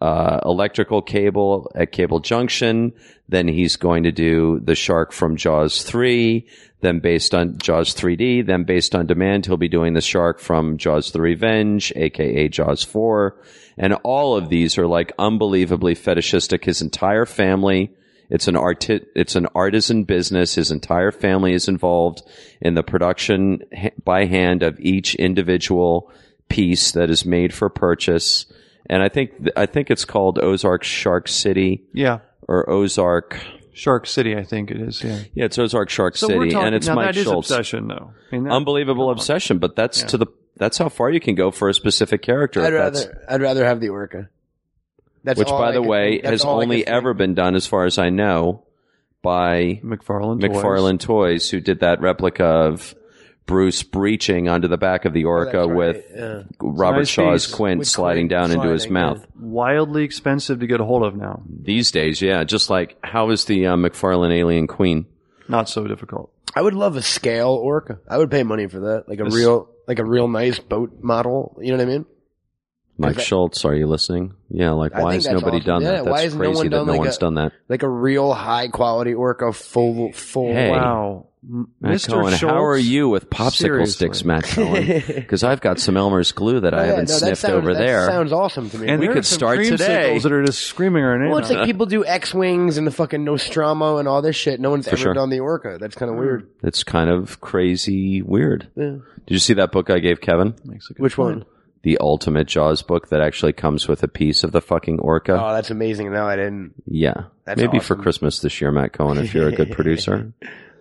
Speaker 4: uh, electrical cable at Cable Junction. Then he's going to do the shark from Jaws 3. Then based on Jaws 3D, then based on demand, he'll be doing the shark from Jaws the Revenge, aka Jaws 4. And all of these are like unbelievably fetishistic. His entire family, it's an art, it's an artisan business. His entire family is involved in the production ha- by hand of each individual piece that is made for purchase. And I think, th- I think it's called Ozark Shark City
Speaker 6: Yeah.
Speaker 4: or Ozark.
Speaker 6: Shark City, I think it is. Yeah.
Speaker 4: Yeah, it's Ozark Shark
Speaker 6: So we're
Speaker 4: City,
Speaker 6: talking,
Speaker 4: and it's
Speaker 6: now
Speaker 4: Mike
Speaker 6: that is
Speaker 4: Schultz.
Speaker 6: obsession, though. I mean, that-
Speaker 4: Unbelievable obsession, but that's to the that's how far you can go for a specific character.
Speaker 5: I'd
Speaker 4: That's-
Speaker 5: rather I'd rather have the orca. That's
Speaker 4: which,
Speaker 5: all
Speaker 4: by
Speaker 5: I
Speaker 4: the
Speaker 5: could
Speaker 4: way,
Speaker 5: think- that's
Speaker 4: has
Speaker 5: all I
Speaker 4: only
Speaker 5: could think.
Speaker 4: ever been done, as far as I know, by
Speaker 6: McFarlane. Toys.
Speaker 4: McFarlane Toys, who did that replica of Bruce breaching onto the back of the
Speaker 5: Oh, That's
Speaker 4: Orca
Speaker 5: right,
Speaker 4: with
Speaker 5: yeah.
Speaker 4: Robert
Speaker 6: Nice
Speaker 4: Shaw's
Speaker 6: piece.
Speaker 4: Quint
Speaker 5: With
Speaker 4: sliding down
Speaker 5: Quint
Speaker 4: into his
Speaker 5: sliding,
Speaker 4: mouth.
Speaker 6: Wildly expensive to get a hold of now.
Speaker 4: These days, yeah, just like how is the uh, McFarlane Alien Queen?
Speaker 6: Not so difficult.
Speaker 5: I would love a scale orca. I would pay money for that, like a real, like a real nice boat model. You know what I mean?
Speaker 4: Mike
Speaker 5: I-
Speaker 4: Schultz, are you listening? Yeah, like
Speaker 5: I think
Speaker 4: why has
Speaker 5: that's
Speaker 4: nobody
Speaker 5: awesome.
Speaker 4: done
Speaker 5: Yeah,
Speaker 4: that? That's
Speaker 5: why has no
Speaker 4: crazy
Speaker 5: one
Speaker 4: that
Speaker 5: done
Speaker 4: no
Speaker 5: like
Speaker 4: one's
Speaker 5: a-
Speaker 4: done that.
Speaker 5: like a real high quality orca full full.
Speaker 4: Hey.
Speaker 6: Wow, M-
Speaker 4: Matt
Speaker 6: Mr.
Speaker 4: Cohen,
Speaker 6: Schultz,
Speaker 4: how are you with popsicle
Speaker 6: Seriously.
Speaker 4: sticks, Matt Cohen? Because I've got some Elmer's glue that I
Speaker 5: Oh, Yeah,
Speaker 4: haven't
Speaker 5: no, that
Speaker 4: sniffed
Speaker 5: sounds-
Speaker 4: over
Speaker 5: that
Speaker 4: there.
Speaker 5: Sounds awesome to me.
Speaker 6: And
Speaker 4: We
Speaker 6: there are
Speaker 4: could
Speaker 6: some
Speaker 4: start
Speaker 6: creamsicles
Speaker 4: today.
Speaker 6: that are just screaming our name.
Speaker 5: well, it's
Speaker 6: out.
Speaker 5: like people do X wings and the fucking Nostromo and all this shit. No one's ever
Speaker 4: sure.
Speaker 5: done the orca. That's kind of weird.
Speaker 4: It's kind of crazy weird.
Speaker 5: Yeah.
Speaker 4: Did you see that book I gave Kevin?
Speaker 6: Makes a good
Speaker 5: Which
Speaker 6: point.
Speaker 5: one?
Speaker 4: The Ultimate Jaws book that actually comes with a piece of the fucking orca?
Speaker 5: Oh, that's amazing. No, I didn't
Speaker 4: yeah.
Speaker 5: that's
Speaker 4: Maybe for
Speaker 5: awesome.
Speaker 4: Christmas this year, Matt Cohen, if you're a good producer,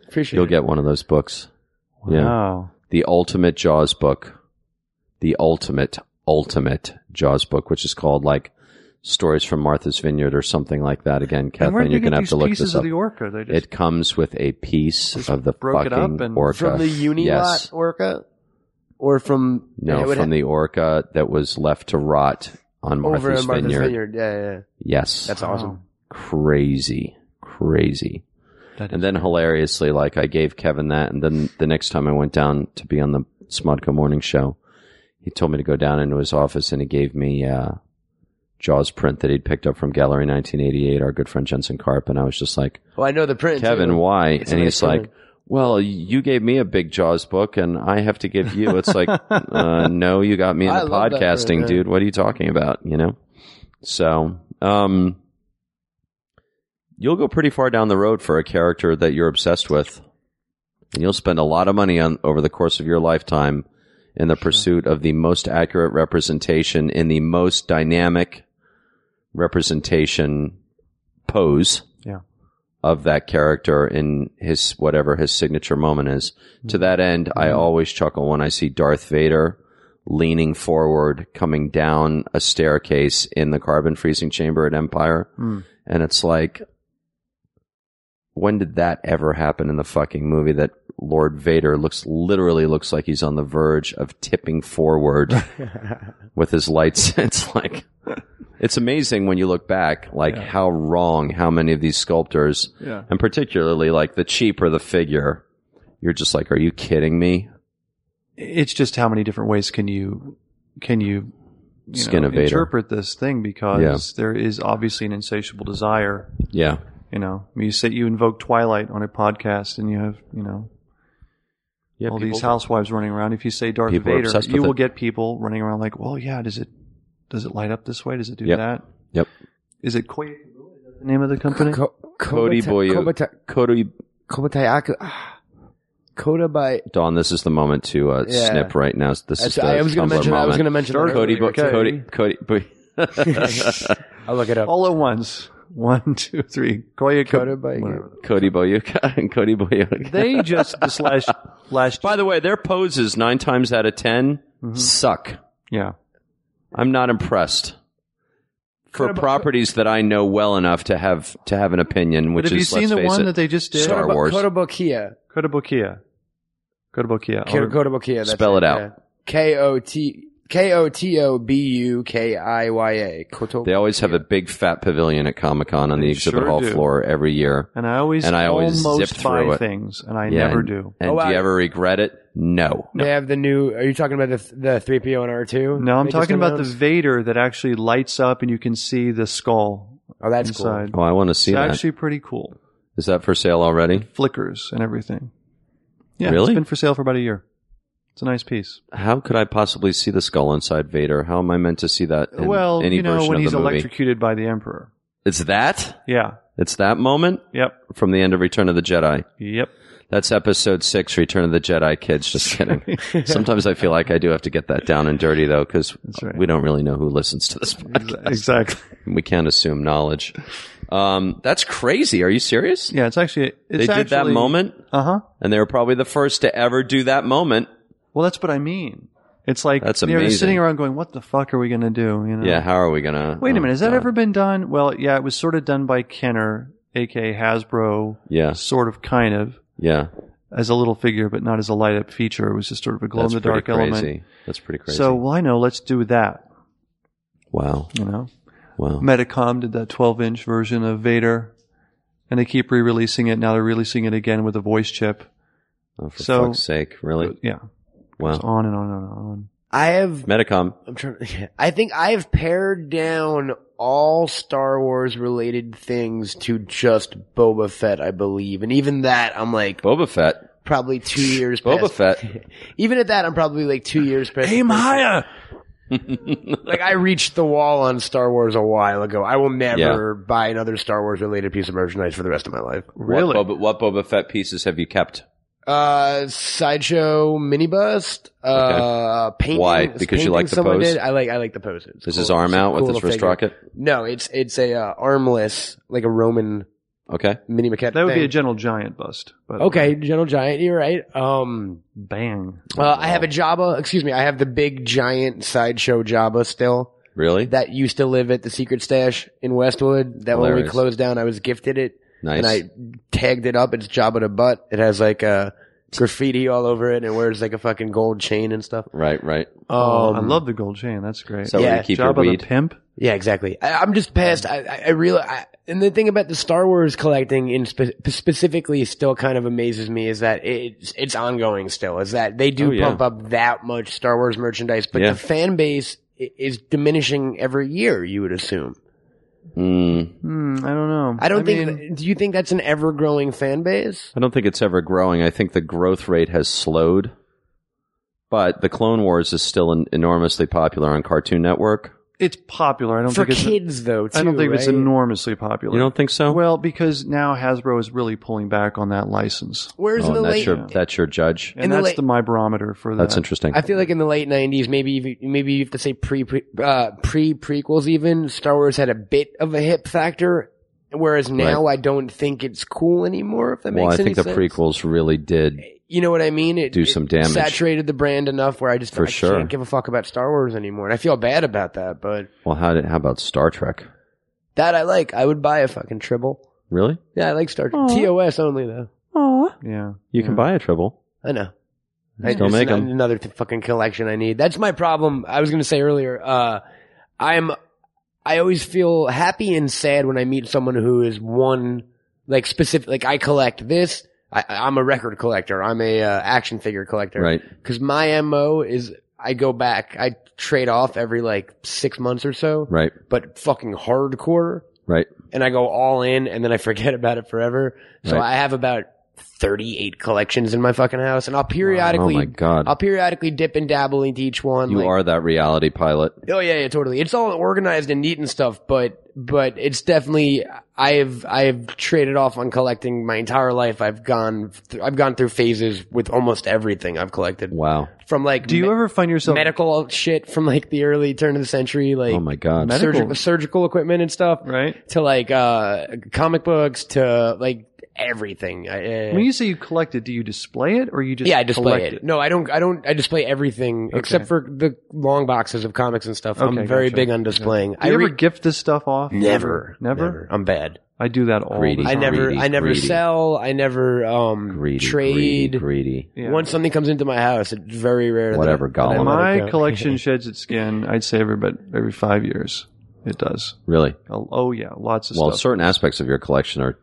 Speaker 5: appreciate.
Speaker 4: you'll
Speaker 5: it.
Speaker 4: get one of those books. Yeah.
Speaker 6: Wow.
Speaker 4: the ultimate Jaws book, the ultimate, ultimate Jaws book, which is called like Stories from Martha's Vineyard or something like that. Again,
Speaker 6: And
Speaker 4: Kathleen,
Speaker 6: where do you
Speaker 4: you're
Speaker 6: get
Speaker 4: going to have
Speaker 6: these
Speaker 4: to look
Speaker 6: pieces
Speaker 4: this
Speaker 6: of
Speaker 4: up.
Speaker 6: the orca? They just
Speaker 4: It comes with a piece of the
Speaker 6: broke it up
Speaker 4: fucking
Speaker 6: and-
Speaker 4: orca.
Speaker 5: from the uni
Speaker 4: yes.
Speaker 5: lot orca, or from it
Speaker 4: No,
Speaker 5: would
Speaker 4: from
Speaker 5: ha-
Speaker 4: the orca that was left to rot on Martha's,
Speaker 5: over at Martha's
Speaker 4: Vineyard.
Speaker 5: Vineyard. Yeah, yeah, yeah.
Speaker 4: Yes.
Speaker 5: that's awesome.
Speaker 4: crazy, crazy.
Speaker 6: That
Speaker 4: and then hilariously, like I gave Kevin that, and then the next time I went down to be on the Smodco Morning Show, he told me to go down into his office, and he gave me uh, Jaws print that he'd picked up from Gallery 1988, our good friend Jensen Karp, and I was just like,
Speaker 5: Well, I know the print.
Speaker 4: Kevin,
Speaker 5: too.
Speaker 4: why?
Speaker 5: It's a
Speaker 4: and
Speaker 5: nice
Speaker 4: he's like,
Speaker 5: feeling.
Speaker 4: well, you gave me a big Jaws book, and I have to give you. It's like, uh, no, you got me
Speaker 5: I
Speaker 4: into
Speaker 5: love that
Speaker 4: podcasting,
Speaker 5: word, yeah.
Speaker 4: dude. What are you talking about? You know. So, um, you'll go pretty far down the road for a character that you're obsessed with, and you'll spend a lot of money on over the course of your lifetime in the pursuit of the most accurate representation in the most dynamic representation pose
Speaker 6: Yeah.
Speaker 4: of that character in his whatever his signature moment is. To
Speaker 5: Mm-hmm.
Speaker 4: that end, I always chuckle when I see Darth Vader leaning forward, coming down a staircase in the carbon freezing chamber at Empire.
Speaker 6: Hmm.
Speaker 4: And it's like, when did that ever happen in the fucking movie that Lord Vader looks literally looks like he's on the verge of tipping forward with his lights? It's like, it's amazing when you look back, like how wrong how many of these sculptors,
Speaker 6: Yeah.
Speaker 4: and particularly like the cheaper the figure, you're just like, are you kidding me?
Speaker 6: it's just how many different ways can you can you, you know,
Speaker 4: Skinnovator.
Speaker 6: interpret this thing because
Speaker 4: Yeah.
Speaker 6: there is obviously an insatiable desire.
Speaker 4: Yeah.
Speaker 6: You know, I mean, you say you invoke Twilight on a podcast, and you have you know
Speaker 4: Yeah,
Speaker 6: all these housewives running around. If you say Darth
Speaker 4: People are
Speaker 6: Vader,
Speaker 4: obsessed with
Speaker 6: you will
Speaker 4: it.
Speaker 6: get people running around like, well, yeah, does it does it light up this way? Does it do
Speaker 4: Yep.
Speaker 6: that?
Speaker 4: Yep.
Speaker 6: Is it Koy? Is that the name of the company?
Speaker 5: Co-
Speaker 4: Cody Boyu.
Speaker 5: Kobata-
Speaker 4: Cody,
Speaker 5: Kobatai Aku. ah. Koda by.
Speaker 4: Don, this is the moment to uh,
Speaker 5: Yeah.
Speaker 4: snip right now. This is
Speaker 5: That's,
Speaker 4: the
Speaker 5: I was
Speaker 4: Tumblr
Speaker 5: going to mention.
Speaker 4: moment.
Speaker 5: I was going to mention. that
Speaker 4: Cody,
Speaker 5: earlier.
Speaker 4: Bo- Cody, Cody, Bo-
Speaker 5: I'll look it up.
Speaker 6: all at once. One, two, three. Koya
Speaker 5: Koda by.
Speaker 6: whatever.
Speaker 4: Cody Boyuka and Cody Boyuka.
Speaker 6: They just this last last
Speaker 4: By the way, their poses nine times out of 10
Speaker 6: Mm-hmm.
Speaker 4: suck.
Speaker 6: yeah.
Speaker 4: I'm not impressed for properties that I know well enough to have to have an opinion. Which
Speaker 6: But have you
Speaker 4: is,
Speaker 6: seen
Speaker 4: let's
Speaker 6: the
Speaker 4: face
Speaker 6: one
Speaker 4: it,
Speaker 6: that they just did?
Speaker 4: Star Wars.
Speaker 5: Kotobukiya.
Speaker 6: Kotobukiya. Kotobukiya.
Speaker 5: K-
Speaker 6: Or-
Speaker 5: Kotobukiya. That's
Speaker 4: Spell it out.
Speaker 5: yeah. K O T K O T O B U K I Y A. Kotob-
Speaker 4: They always have a big fat pavilion at Comic Con on the
Speaker 6: They
Speaker 4: exhibit
Speaker 6: sure
Speaker 4: hall
Speaker 6: do.
Speaker 4: floor every year.
Speaker 6: And I always
Speaker 4: And I always
Speaker 6: almost
Speaker 4: zip
Speaker 6: buy
Speaker 4: through it.
Speaker 6: things, and I
Speaker 4: Yeah,
Speaker 6: never
Speaker 4: and-
Speaker 6: do.
Speaker 4: And
Speaker 5: Oh,
Speaker 4: do
Speaker 5: wow.
Speaker 4: you ever regret it? No.
Speaker 5: They have the new. Are you talking about the the three PO and R two?
Speaker 6: No, I'm talking about the Vader that actually lights up, and you can see the skull
Speaker 5: Oh, that's cool.
Speaker 6: inside.
Speaker 4: Oh, I want to see
Speaker 6: it's
Speaker 4: that. Is
Speaker 6: actually pretty cool.
Speaker 4: that for sale already?
Speaker 6: Flickers and everything. Yeah,
Speaker 4: Really?
Speaker 6: it's been for sale for about a year. It's a nice piece.
Speaker 4: How could I possibly see the skull inside Vader? How am I meant to see that? In
Speaker 6: well,
Speaker 4: any
Speaker 6: you know
Speaker 4: version
Speaker 6: when
Speaker 4: of
Speaker 6: he's
Speaker 4: the movie?
Speaker 6: electrocuted by the Emperor.
Speaker 4: It's that.
Speaker 6: Yeah.
Speaker 4: It's that moment
Speaker 6: Yep.
Speaker 4: from the end of Return of the Jedi.
Speaker 6: Yep.
Speaker 4: That's episode six, Return of the Jedi. Kids, just kidding. Sometimes I feel like I do have to get that down and dirty though, because
Speaker 6: right.
Speaker 4: we don't really know who listens to this podcast.
Speaker 6: Exactly.
Speaker 4: We can't assume knowledge. Um, that's crazy. Are you serious?
Speaker 6: Yeah, it's actually it's
Speaker 4: they did that moment,
Speaker 6: Uh huh.
Speaker 4: and they were probably the first to ever do that moment.
Speaker 6: Well, that's what I mean. It's like
Speaker 4: That's
Speaker 6: they're
Speaker 4: amazing.
Speaker 6: sitting around going, "What the fuck are we going to do?" You know?
Speaker 4: Yeah. How are we gonna?
Speaker 6: Hmm. Wait a
Speaker 4: oh,
Speaker 6: minute. Has that
Speaker 4: God.
Speaker 6: ever been done? Well, yeah, it was sort of done by Kenner, aka Hasbro,
Speaker 4: Yeah.
Speaker 6: sort of, kind of,
Speaker 4: Yeah.
Speaker 6: as a little figure, but not as a light up feature. It was just sort of a glow in
Speaker 4: That's
Speaker 6: the dark
Speaker 4: pretty crazy.
Speaker 6: element.
Speaker 4: That's pretty crazy.
Speaker 6: So, well, I know. Let's do that.
Speaker 4: wow.
Speaker 6: You know,
Speaker 4: Wow.
Speaker 6: Metacom did that 12 inch version of Vader, and they keep re releasing it. Now they're releasing it again with a voice chip.
Speaker 4: Oh, for
Speaker 6: So-
Speaker 4: fuck's sake, really?
Speaker 6: Yeah,
Speaker 4: Wow.
Speaker 6: it's on and on and on.
Speaker 5: I have
Speaker 4: Metacom.
Speaker 5: I'm trying. I think I've pared down all Star Wars related things to just Boba Fett, I believe, and even that I'm like
Speaker 4: Boba Fett.
Speaker 5: probably two years.
Speaker 4: Boba
Speaker 5: past-
Speaker 4: Fett.
Speaker 5: Even at that, I'm probably like two years. Past Aim higher. like I reached the wall on Star Wars a while ago. I will never buy another Star Wars related piece of merchandise for the rest of my life.
Speaker 4: Really? What Boba, what Boba Fett pieces have you kept?
Speaker 5: Uh, sideshow mini bust. Uh, painting.
Speaker 4: Why? Because you like
Speaker 5: painting
Speaker 4: the
Speaker 5: someone
Speaker 4: pose?
Speaker 5: did. I like. I like the pose. It's
Speaker 4: Is
Speaker 5: cool.
Speaker 4: his arm
Speaker 5: It's a
Speaker 4: out
Speaker 5: cool
Speaker 4: with his
Speaker 5: little
Speaker 4: wrist
Speaker 5: figure.
Speaker 4: rocket?
Speaker 5: No, it's it's a uh, armless, like a Roman
Speaker 4: Okay.
Speaker 5: mini maquette.
Speaker 6: That would be
Speaker 5: thing.
Speaker 6: a General Giant bust. by the way.
Speaker 5: okay, General Giant. You're right. Um,
Speaker 6: Bang.
Speaker 5: uh, I
Speaker 4: Oh.
Speaker 5: have a Jabba. Excuse me. I have the big giant sideshow Jabba still
Speaker 4: Really?
Speaker 5: that used to live at the secret stash in Westwood. That when we
Speaker 4: Hilarious.
Speaker 5: closed down, I was gifted it.
Speaker 4: nice.
Speaker 5: and I tagged it up. It's Jabba the Butt. It has like a graffiti all over it, and it wears like a fucking gold chain and stuff.
Speaker 4: right, right. Oh,
Speaker 5: Um,
Speaker 6: I love the gold chain. That's great.
Speaker 4: So
Speaker 5: yeah.
Speaker 4: you keep your
Speaker 6: Jabba the
Speaker 4: weed.
Speaker 6: pimp.
Speaker 5: Yeah, exactly. I, I'm just past. I, I, I really. I, and the thing about the Star Wars collecting, in spe- specifically, still kind of amazes me is that it's it's ongoing. Still, is that they do
Speaker 4: Oh, yeah.
Speaker 5: pump up that much Star Wars merchandise, but
Speaker 4: Yeah.
Speaker 5: the fan base i- is diminishing every year. You would assume.
Speaker 4: Mm.
Speaker 6: Hmm, I don't know.
Speaker 5: I don't think.
Speaker 6: mean,
Speaker 5: do you think that's an ever growing fan base?
Speaker 4: I don't think it's ever growing. I think the growth rate has slowed. But the Clone Wars is still en- enormously popular on Cartoon Network.
Speaker 6: it's popular. I don't
Speaker 5: For
Speaker 6: think it's.
Speaker 5: kids, though, too,
Speaker 6: I don't think it's
Speaker 5: right?
Speaker 6: enormously popular.
Speaker 4: You don't think so?
Speaker 6: Well, because now Hasbro is really pulling back on that license,
Speaker 5: Where's
Speaker 4: oh,
Speaker 5: the
Speaker 4: and that's
Speaker 5: late?
Speaker 4: your that's your judge.
Speaker 6: and
Speaker 5: In the
Speaker 6: that's
Speaker 5: late-
Speaker 6: the my barometer for that.
Speaker 4: That's interesting.
Speaker 5: I feel like in the late '90s, maybe even- maybe you have to say pre pre uh, pre prequels. Even Star Wars had a bit of a hip factor, whereas now I don't think it's cool anymore. If that
Speaker 4: well, I
Speaker 5: makes any
Speaker 4: think the
Speaker 5: sense.
Speaker 4: prequels really did.
Speaker 5: You know what I mean? It
Speaker 4: do
Speaker 5: it
Speaker 4: some damage.
Speaker 5: Saturated the brand enough where I just
Speaker 4: For
Speaker 5: I
Speaker 4: sure.
Speaker 5: can't give a fuck about Star Wars anymore, and I feel bad about that. But
Speaker 4: Well, how did how about Star Trek?
Speaker 5: that I like. I would buy a fucking triple.
Speaker 4: Really?
Speaker 5: Yeah, I like Star Trek. TOS only though.
Speaker 6: yeah.
Speaker 4: You can buy a triple.
Speaker 5: I know.
Speaker 4: They still
Speaker 5: it's
Speaker 4: make
Speaker 5: an-
Speaker 4: 'em.
Speaker 5: Another th- fucking collection I need. That's my problem. I was going to say earlier. Uh, I'm. I always feel happy and sad when I meet someone who is one like specific. Like I collect this. I, I'm a record collector. I'm a uh, action figure collector.
Speaker 4: Right.
Speaker 5: Because my mo is I go back. I trade off every like six months or so.
Speaker 4: Right. Oh
Speaker 5: But fucking hardcore
Speaker 4: Right.
Speaker 5: and I go all in and then I forget about it forever. So
Speaker 4: Right.
Speaker 5: I have about 38 collections in my fucking house and I'll periodically,
Speaker 4: Oh my god.
Speaker 5: I'll periodically dip and dabble into each one.
Speaker 4: you
Speaker 5: like-
Speaker 4: are that reality pilot.
Speaker 5: Oh yeah, yeah, totally. It's all organized and neat and stuff, but, but it's definitely, I have, I have traded off on collecting my entire life. I've gone, th- I've gone through phases with almost everything I've collected
Speaker 4: Wow.
Speaker 5: from like
Speaker 6: Do you
Speaker 5: me-
Speaker 6: ever find yourself?
Speaker 5: medical shit from like the early turn of the century, like
Speaker 4: Oh my god.
Speaker 6: Medical.
Speaker 5: surgical, surgical equipment and stuff
Speaker 6: right.
Speaker 5: to like uh comic books to like everything. I, uh,
Speaker 6: When you say you collect it, do you display it or you just
Speaker 5: yeah, I display
Speaker 6: collect
Speaker 5: it. No, I don't. I don't. I display everything except for the long boxes of comics and stuff.
Speaker 6: Okay,
Speaker 5: I'm very
Speaker 6: gotcha.
Speaker 5: big on displaying.
Speaker 6: Do
Speaker 5: I
Speaker 6: you ever
Speaker 5: re-
Speaker 6: gift this stuff off?
Speaker 5: never,
Speaker 6: never.
Speaker 5: I'm bad.
Speaker 6: I do that all
Speaker 4: Greedy.
Speaker 6: the
Speaker 5: I
Speaker 6: time.
Speaker 5: never.
Speaker 4: Greedy,
Speaker 5: I never
Speaker 4: greedy.
Speaker 5: sell. I never um
Speaker 4: Greedy.
Speaker 5: trade.
Speaker 4: Greedy. Greedy.
Speaker 6: Yeah.
Speaker 5: Once something comes into my house, it's very rare. that-
Speaker 4: Whatever,
Speaker 5: that I
Speaker 4: Gollum.
Speaker 5: let it
Speaker 6: My
Speaker 5: go.
Speaker 6: collection sheds its skin. I'd say every but every five years, it does.
Speaker 4: Really?
Speaker 6: Oh, oh, yeah, lots of
Speaker 4: Well,
Speaker 6: stuff.
Speaker 4: certain aspects of your collection are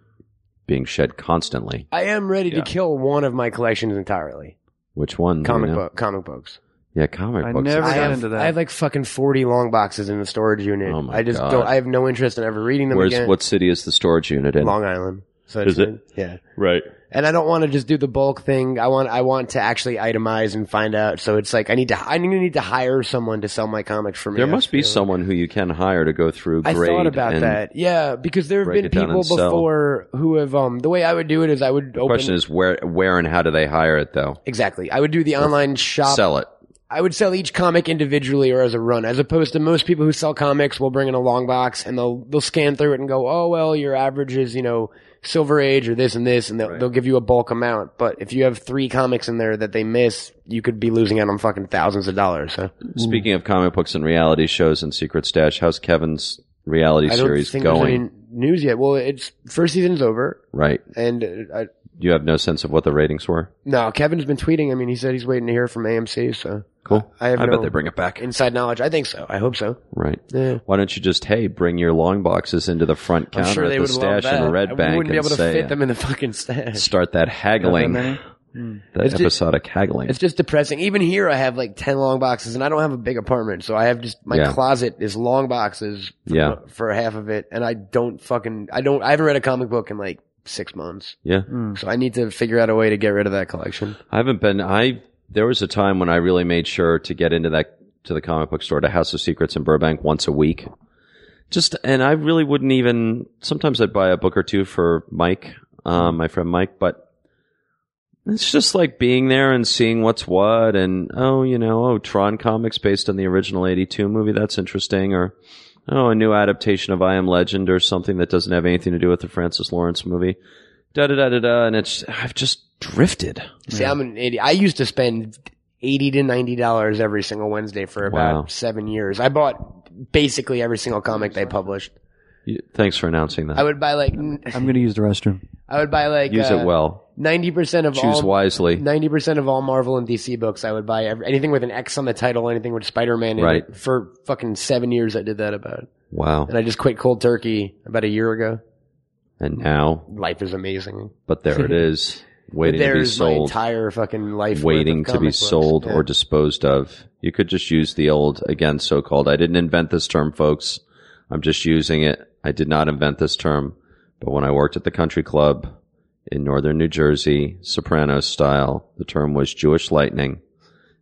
Speaker 4: being shed constantly.
Speaker 5: I am ready to
Speaker 6: Yeah.
Speaker 5: kill one of my collections entirely.
Speaker 4: Which one? do you
Speaker 5: Comic
Speaker 4: know?
Speaker 5: book, comic books.
Speaker 4: Yeah, comic
Speaker 6: I
Speaker 4: books.
Speaker 6: never
Speaker 5: I
Speaker 6: got
Speaker 5: have,
Speaker 6: into that.
Speaker 5: I have like fucking forty long boxes in the storage unit.
Speaker 4: Oh my
Speaker 5: I just
Speaker 4: God.
Speaker 5: don't. I have no interest in ever reading them
Speaker 4: Where's
Speaker 5: again.
Speaker 4: what city is the storage unit in?
Speaker 5: Long Island? So
Speaker 4: Is
Speaker 5: it's- Yeah.
Speaker 4: Right.
Speaker 5: And I don't want to just do the bulk thing. I want I want to actually itemize and find out. So it's like I need to I need to hire someone to sell my comics for me.
Speaker 4: There
Speaker 5: I
Speaker 4: must be
Speaker 5: feel.
Speaker 4: someone who you can hire to go through
Speaker 5: I
Speaker 4: grade.
Speaker 5: thought about
Speaker 4: and
Speaker 5: that. Yeah, because there have
Speaker 4: break
Speaker 5: been
Speaker 4: it down
Speaker 5: people
Speaker 4: and sell.
Speaker 5: before who have um the way I would do it is I would
Speaker 4: The
Speaker 5: open
Speaker 4: question is where, where, and how do they hire it though?
Speaker 5: exactly. I would do the online shop
Speaker 4: Sell it.
Speaker 5: I would sell each comic individually or as a run, as opposed to most people who sell comics will bring in a long box and they'll they'll scan through it and go, oh well, your average is you know Silver Age or this and this, and they'll, they'll give you a bulk amount. But if you have three comics in there that they miss, you could be losing out on fucking thousands of dollars. So
Speaker 4: Speaking of comic books and reality shows and Secret Stash, how's Kevin's reality
Speaker 5: I don't
Speaker 4: series
Speaker 5: think
Speaker 4: going?
Speaker 5: there's any news yet. Well, it's first season's over,
Speaker 4: right.
Speaker 5: and uh, I,
Speaker 4: You have no sense of what the ratings were.
Speaker 5: no, Kevin's been tweeting. I mean, he said he's waiting to hear from AMC. So
Speaker 4: Cool.
Speaker 5: I have no
Speaker 4: bet they bring it back.
Speaker 5: inside knowledge. I think so. I hope so.
Speaker 4: Right.
Speaker 5: Yeah.
Speaker 4: Why don't you just hey bring your long boxes into the front counter
Speaker 5: I'm sure
Speaker 4: at
Speaker 5: they
Speaker 4: the
Speaker 5: would
Speaker 4: stash
Speaker 5: love that.
Speaker 4: in Red
Speaker 5: I
Speaker 4: Bank
Speaker 5: wouldn't be
Speaker 4: and
Speaker 5: able to
Speaker 4: say
Speaker 5: fit them in the fucking stash.
Speaker 4: start that haggling?
Speaker 6: Got that many?
Speaker 4: The
Speaker 5: It's just-
Speaker 4: episodic haggling.
Speaker 5: It's just depressing. Even here, I have like ten long boxes, and I don't have a big apartment, so I have just my
Speaker 4: Yeah.
Speaker 5: closet is long boxes. For,
Speaker 4: Yeah.
Speaker 5: for half of it, and I don't fucking I don't I haven't read a comic book in like six months,
Speaker 4: yeah.
Speaker 5: so I need to figure out a way to get rid of that collection.
Speaker 4: I haven't been. I there was a time when I really made sure to get into that to the comic book store to House of Secrets in Burbank once a week. Just and I really wouldn't even. Sometimes I'd buy a book or two for Mike, um, my friend Mike, but it's just like being there and seeing what's what, and oh, you know, oh, Tron comics based on the original '82 movie. That's interesting, or. Oh, a new adaptation of I Am Legend or something that doesn't have anything to do with the Francis Lawrence movie. Da da da da da. And it's, I've just drifted.
Speaker 5: See, I'm an idiot. I used to spend eighty to ninety dollars every single Wednesday for about
Speaker 4: Wow.
Speaker 5: seven years. I bought basically every single comic they published.
Speaker 4: You- Thanks for announcing that.
Speaker 5: I would buy like
Speaker 6: I'm going to use the restroom.
Speaker 5: I would buy like uh,
Speaker 4: Use it well.
Speaker 5: Ninety percent of
Speaker 4: Choose
Speaker 5: all
Speaker 4: wisely.
Speaker 5: Ninety percent of all Marvel and DC books I would buy. Every, anything with an X on the title, anything with Spider-Man. in
Speaker 4: Right.
Speaker 5: it. For fucking seven years, I did that about,
Speaker 4: Wow.
Speaker 5: and I just quit cold turkey about a year ago.
Speaker 4: And now,
Speaker 5: Life is amazing.
Speaker 4: but there it is, waiting to be
Speaker 5: There's my
Speaker 4: sold,
Speaker 5: entire fucking life. worth
Speaker 4: waiting
Speaker 5: of
Speaker 4: to be
Speaker 5: comic books.
Speaker 4: sold
Speaker 5: Yeah.
Speaker 4: or disposed of. You could just use the old, again, so called. I didn't invent this term, folks. I'm just using it. I did not invent this term. But when I worked at the country club in northern New Jersey, soprano style, the term was Jewish lightning.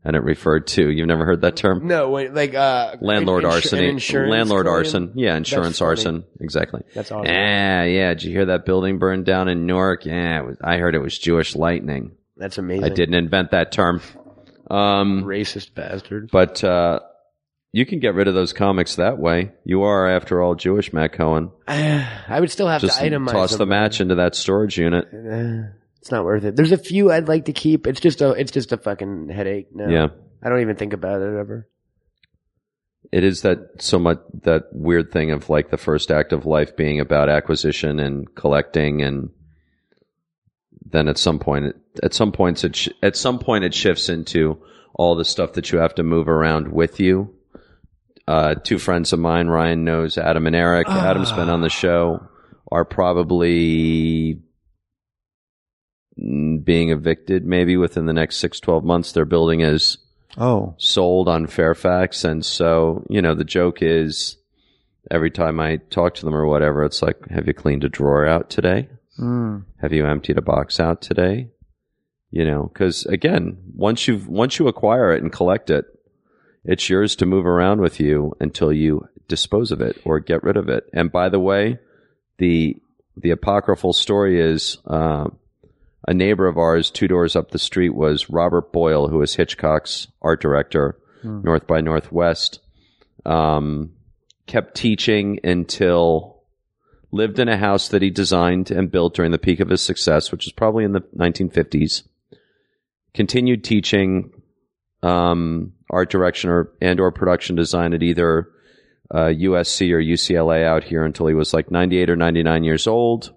Speaker 4: And it referred to, you've never heard that term?
Speaker 5: no, wait, like uh,
Speaker 4: landlord
Speaker 5: an insu-
Speaker 4: arson,
Speaker 5: an insurance
Speaker 4: landlord
Speaker 5: claim?
Speaker 4: arson, Eh. yeah, insurance
Speaker 5: That's funny.
Speaker 4: arson, exactly.
Speaker 5: That's awesome.
Speaker 4: Yeah, yeah. Did you hear that building burned down in Newark? Yeah, it was, I heard it was Jewish lightning.
Speaker 5: That's amazing.
Speaker 4: I didn't invent that term. Um,
Speaker 5: Racist bastard.
Speaker 4: but uh, you can get rid of those comics that way. You are, after all, Jewish, Matt Cohen.
Speaker 5: I would still have
Speaker 4: Just
Speaker 5: to itemize
Speaker 4: toss the
Speaker 5: them.
Speaker 4: match into that storage unit.
Speaker 5: Uh, it's not worth it. There's a few I'd like to keep. It's just a, it's just a fucking headache. No,
Speaker 4: Yeah,
Speaker 5: I don't even think about it ever.
Speaker 4: it is that so much that weird thing of like the first act of life being about acquisition and collecting and then at some point it, at some points it sh- at some point it shifts into all the stuff that you have to move around with you uh, two friends of mine ryan knows adam and eric adam's been on the show are probably mm, being evicted maybe within the next six, 12 months their building is
Speaker 6: Oh,
Speaker 4: sold on Fairfax. And so, you know, the joke is every time I talk to them or whatever, it's like, have you cleaned a drawer out today?
Speaker 5: Hmm.
Speaker 6: Mm.
Speaker 4: Have you emptied a box out today? You know, because again, once you've, once you acquire it and collect it, it's yours to move around with you until you dispose of it or get rid of it. And by the way, the, the apocryphal story is, uh, a neighbor of ours two doors up the street was Robert Boyle, who was Hitchcock's art director, North by Northwest. Um, kept teaching until lived in a house that he designed and built during the peak of his success, which was probably in the 1950s. Continued teaching um, art direction or and or production design at either uh, USC or UCLA out here until he was like 98 or 99 years old.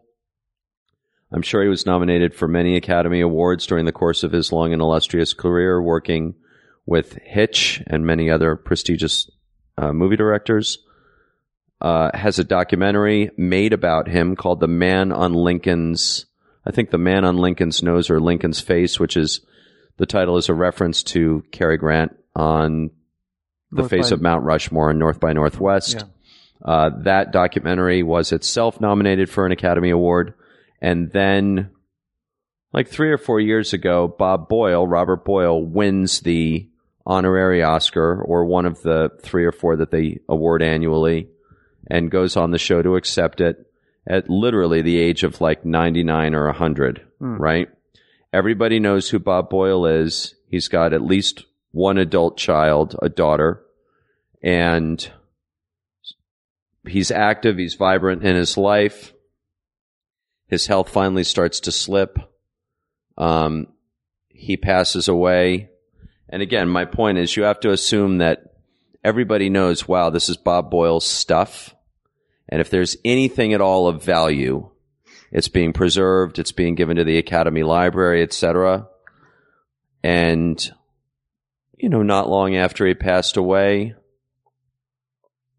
Speaker 4: I'm sure he was nominated for many Academy Awards during the course of his long and illustrious career, working with Hitch and many other prestigious uh, movie directors. Uh, has a documentary made about him called "The Man on Lincoln's." I think "The Man on Lincoln's Nose" or "Lincoln's Face," which is the title is a reference to Cary Grant on the
Speaker 6: North
Speaker 4: face
Speaker 6: by-
Speaker 4: of Mount Rushmore and North by Northwest.
Speaker 6: Yeah.
Speaker 4: Uh, that documentary was itself nominated for an Academy Award. And then, like three or four years ago, Bob Boyle, Robert Boyle, wins the honorary Oscar or one of the three or four that they award annually and goes on the show to accept it at literally the age of like 99 or 100, right? Everybody knows who Bob Boyle is. He's got at least one adult child, a daughter, and he's active, he's vibrant in his life. His health finally starts to slip. Um, he passes away. And again, my point is you have to assume that everybody knows, wow, this is Bob Boyle's stuff. And if there's anything at all of value, it's being preserved, it's being given to the Academy Library, etc. And you know, not long after he passed away,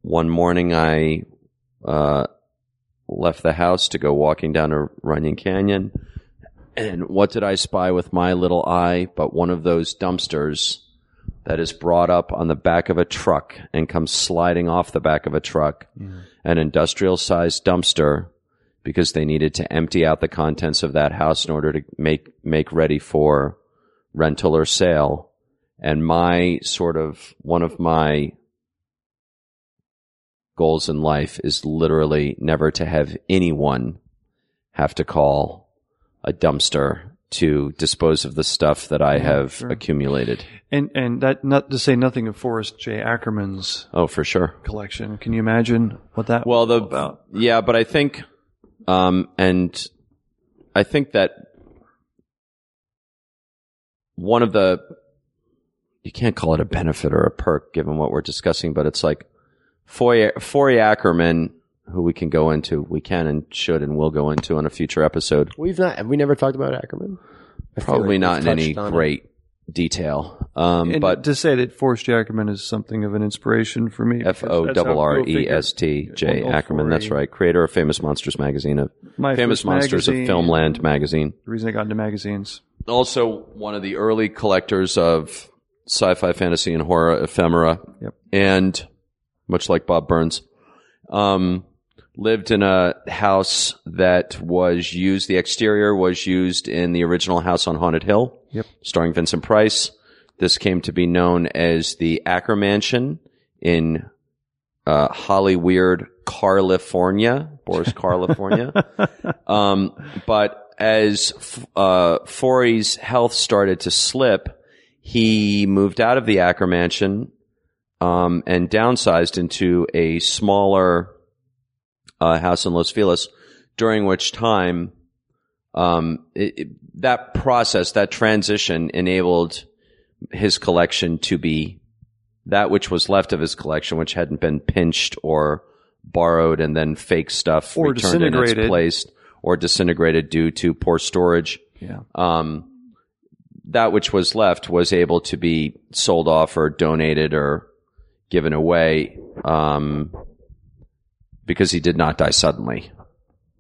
Speaker 4: one morning I uh, left the house to go walking down to Runyon Canyon, And what did I spy with my little eye but one of those dumpsters that is brought up on the back of a truck and comes sliding off the back of a truck, an industrial sized dumpster, because they needed to empty out the contents of that house in order to make, make ready for rental or sale. And my sort of one of my goals in life is literally never to have anyone have to call a dumpster to dispose of the stuff that I have accumulated.
Speaker 6: And and that not to say nothing of Forrest J. Ackerman's
Speaker 4: Oh, for sure.
Speaker 6: collection. Can you imagine what that
Speaker 4: Well, the
Speaker 6: was about?
Speaker 4: yeah, but I think, um, and I think that one of the you can't call it a benefit or a perk given what we're discussing, but it's like Foy Foy Ackerman, who we can go into, we can and should and will go into on a future episode.
Speaker 5: We've not. Have we never talked about Ackerman? I feel
Speaker 4: Probably
Speaker 5: like
Speaker 4: not
Speaker 5: we've
Speaker 4: in any
Speaker 5: touched on it.
Speaker 4: great detail, um,
Speaker 6: And
Speaker 4: but
Speaker 6: to say that Forrest J. Ackerman is something of an inspiration for me.
Speaker 4: F
Speaker 6: because
Speaker 4: O
Speaker 6: that's how
Speaker 4: R R E S
Speaker 6: Go
Speaker 4: T J
Speaker 6: Well,
Speaker 4: Ackerman. That's
Speaker 6: Foy-
Speaker 4: right. Creator of Famous Monsters magazine, of
Speaker 6: Figure. My
Speaker 4: Famous
Speaker 6: first
Speaker 4: Monsters
Speaker 6: magazine,
Speaker 4: of Filmland magazine.
Speaker 6: The reason I got into magazines.
Speaker 4: also one of the early collectors of sci-fi, fantasy, and horror ephemera.
Speaker 6: Yep.
Speaker 4: And much like Bob Burns, um, lived in a house that was used. The exterior was used in the original House on Haunted Hill.
Speaker 6: Yep.
Speaker 4: Starring Vincent Price. This came to be known as the Acker Mansion in uh, Holly Weird, California, Boris California. um, but as f- uh, Forey's health started to slip, he moved out of the Acker Mansion um, and downsized into a smaller uh, house in Los Feliz. During which time, um, it, it- that process, that transition, enabled his collection to be that which was left of his collection, which hadn't been pinched or borrowed and then fake stuff
Speaker 6: Or
Speaker 4: returned in its
Speaker 6: disintegrated.
Speaker 4: place or disintegrated due to poor storage.
Speaker 6: Yeah.
Speaker 4: Um, that which was left was able to be sold off or donated or given away um, because he did not die suddenly,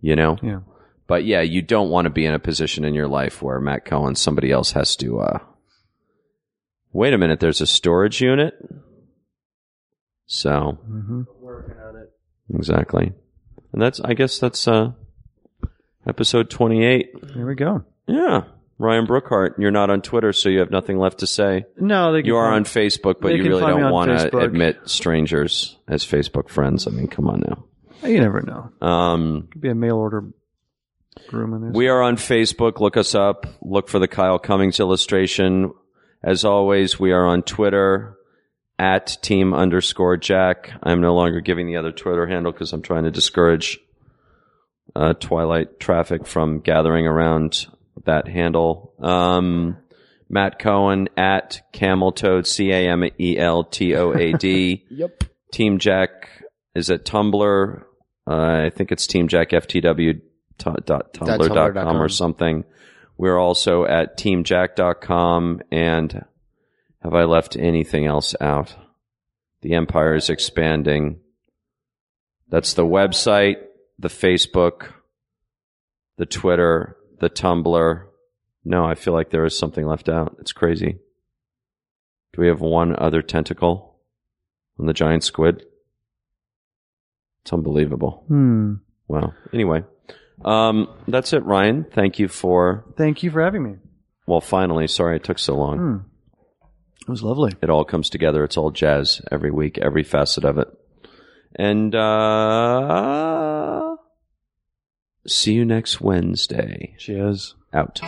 Speaker 4: you know?
Speaker 6: Yeah.
Speaker 4: But yeah, you don't want to be in a position in your life where Matt Cohen, somebody else has to. Uh, wait a minute, there's a storage unit. So
Speaker 6: hmm
Speaker 4: exactly, and that's I guess that's uh, episode twenty-eight.
Speaker 6: There we go.
Speaker 4: Yeah, Ryan Brookhart, you're not on Twitter, so you have nothing left to say.
Speaker 6: No, they can
Speaker 4: You are
Speaker 6: find-
Speaker 4: on Facebook, but
Speaker 6: They
Speaker 4: you
Speaker 6: can
Speaker 4: really
Speaker 6: find me
Speaker 4: don't
Speaker 6: on
Speaker 4: want to
Speaker 6: Facebook.
Speaker 4: admit strangers as Facebook friends. I mean, come on now.
Speaker 6: You never know.
Speaker 4: Um,
Speaker 6: Could be a mail order room in this.
Speaker 4: We are on Facebook. Look us up. Look for the Kyle Cummings illustration. As always, we are on Twitter at team underscore Jack. I'm no longer giving the other Twitter handle because I'm trying to discourage uh, Twilight traffic from gathering around that handle. Um, Matt Cohen at Camel Toad, C A M E L T O A D.
Speaker 5: Yep.
Speaker 4: Team Jack is at Tumblr. Uh, I think it's Team Jack FTW dot dot Tumblr dot com or something. We're also at teamjack.com. And have I left anything else out? The empire is expanding. That's the website, the Facebook, the Twitter, the Tumblr. No, I feel like there is something left out. It's crazy. Do we have one other tentacle on the giant squid? It's unbelievable.
Speaker 6: Hmm.
Speaker 4: Wow. Anyway, um, that's it, Ryan. Thank you for.
Speaker 6: Thank you for having me.
Speaker 4: Well, finally, sorry it took so long.
Speaker 6: Hmm. It was lovely.
Speaker 4: It all comes together. It's all jazz every week, every facet of it. And uh, see you next Wednesday.
Speaker 6: Cheers.
Speaker 4: Out.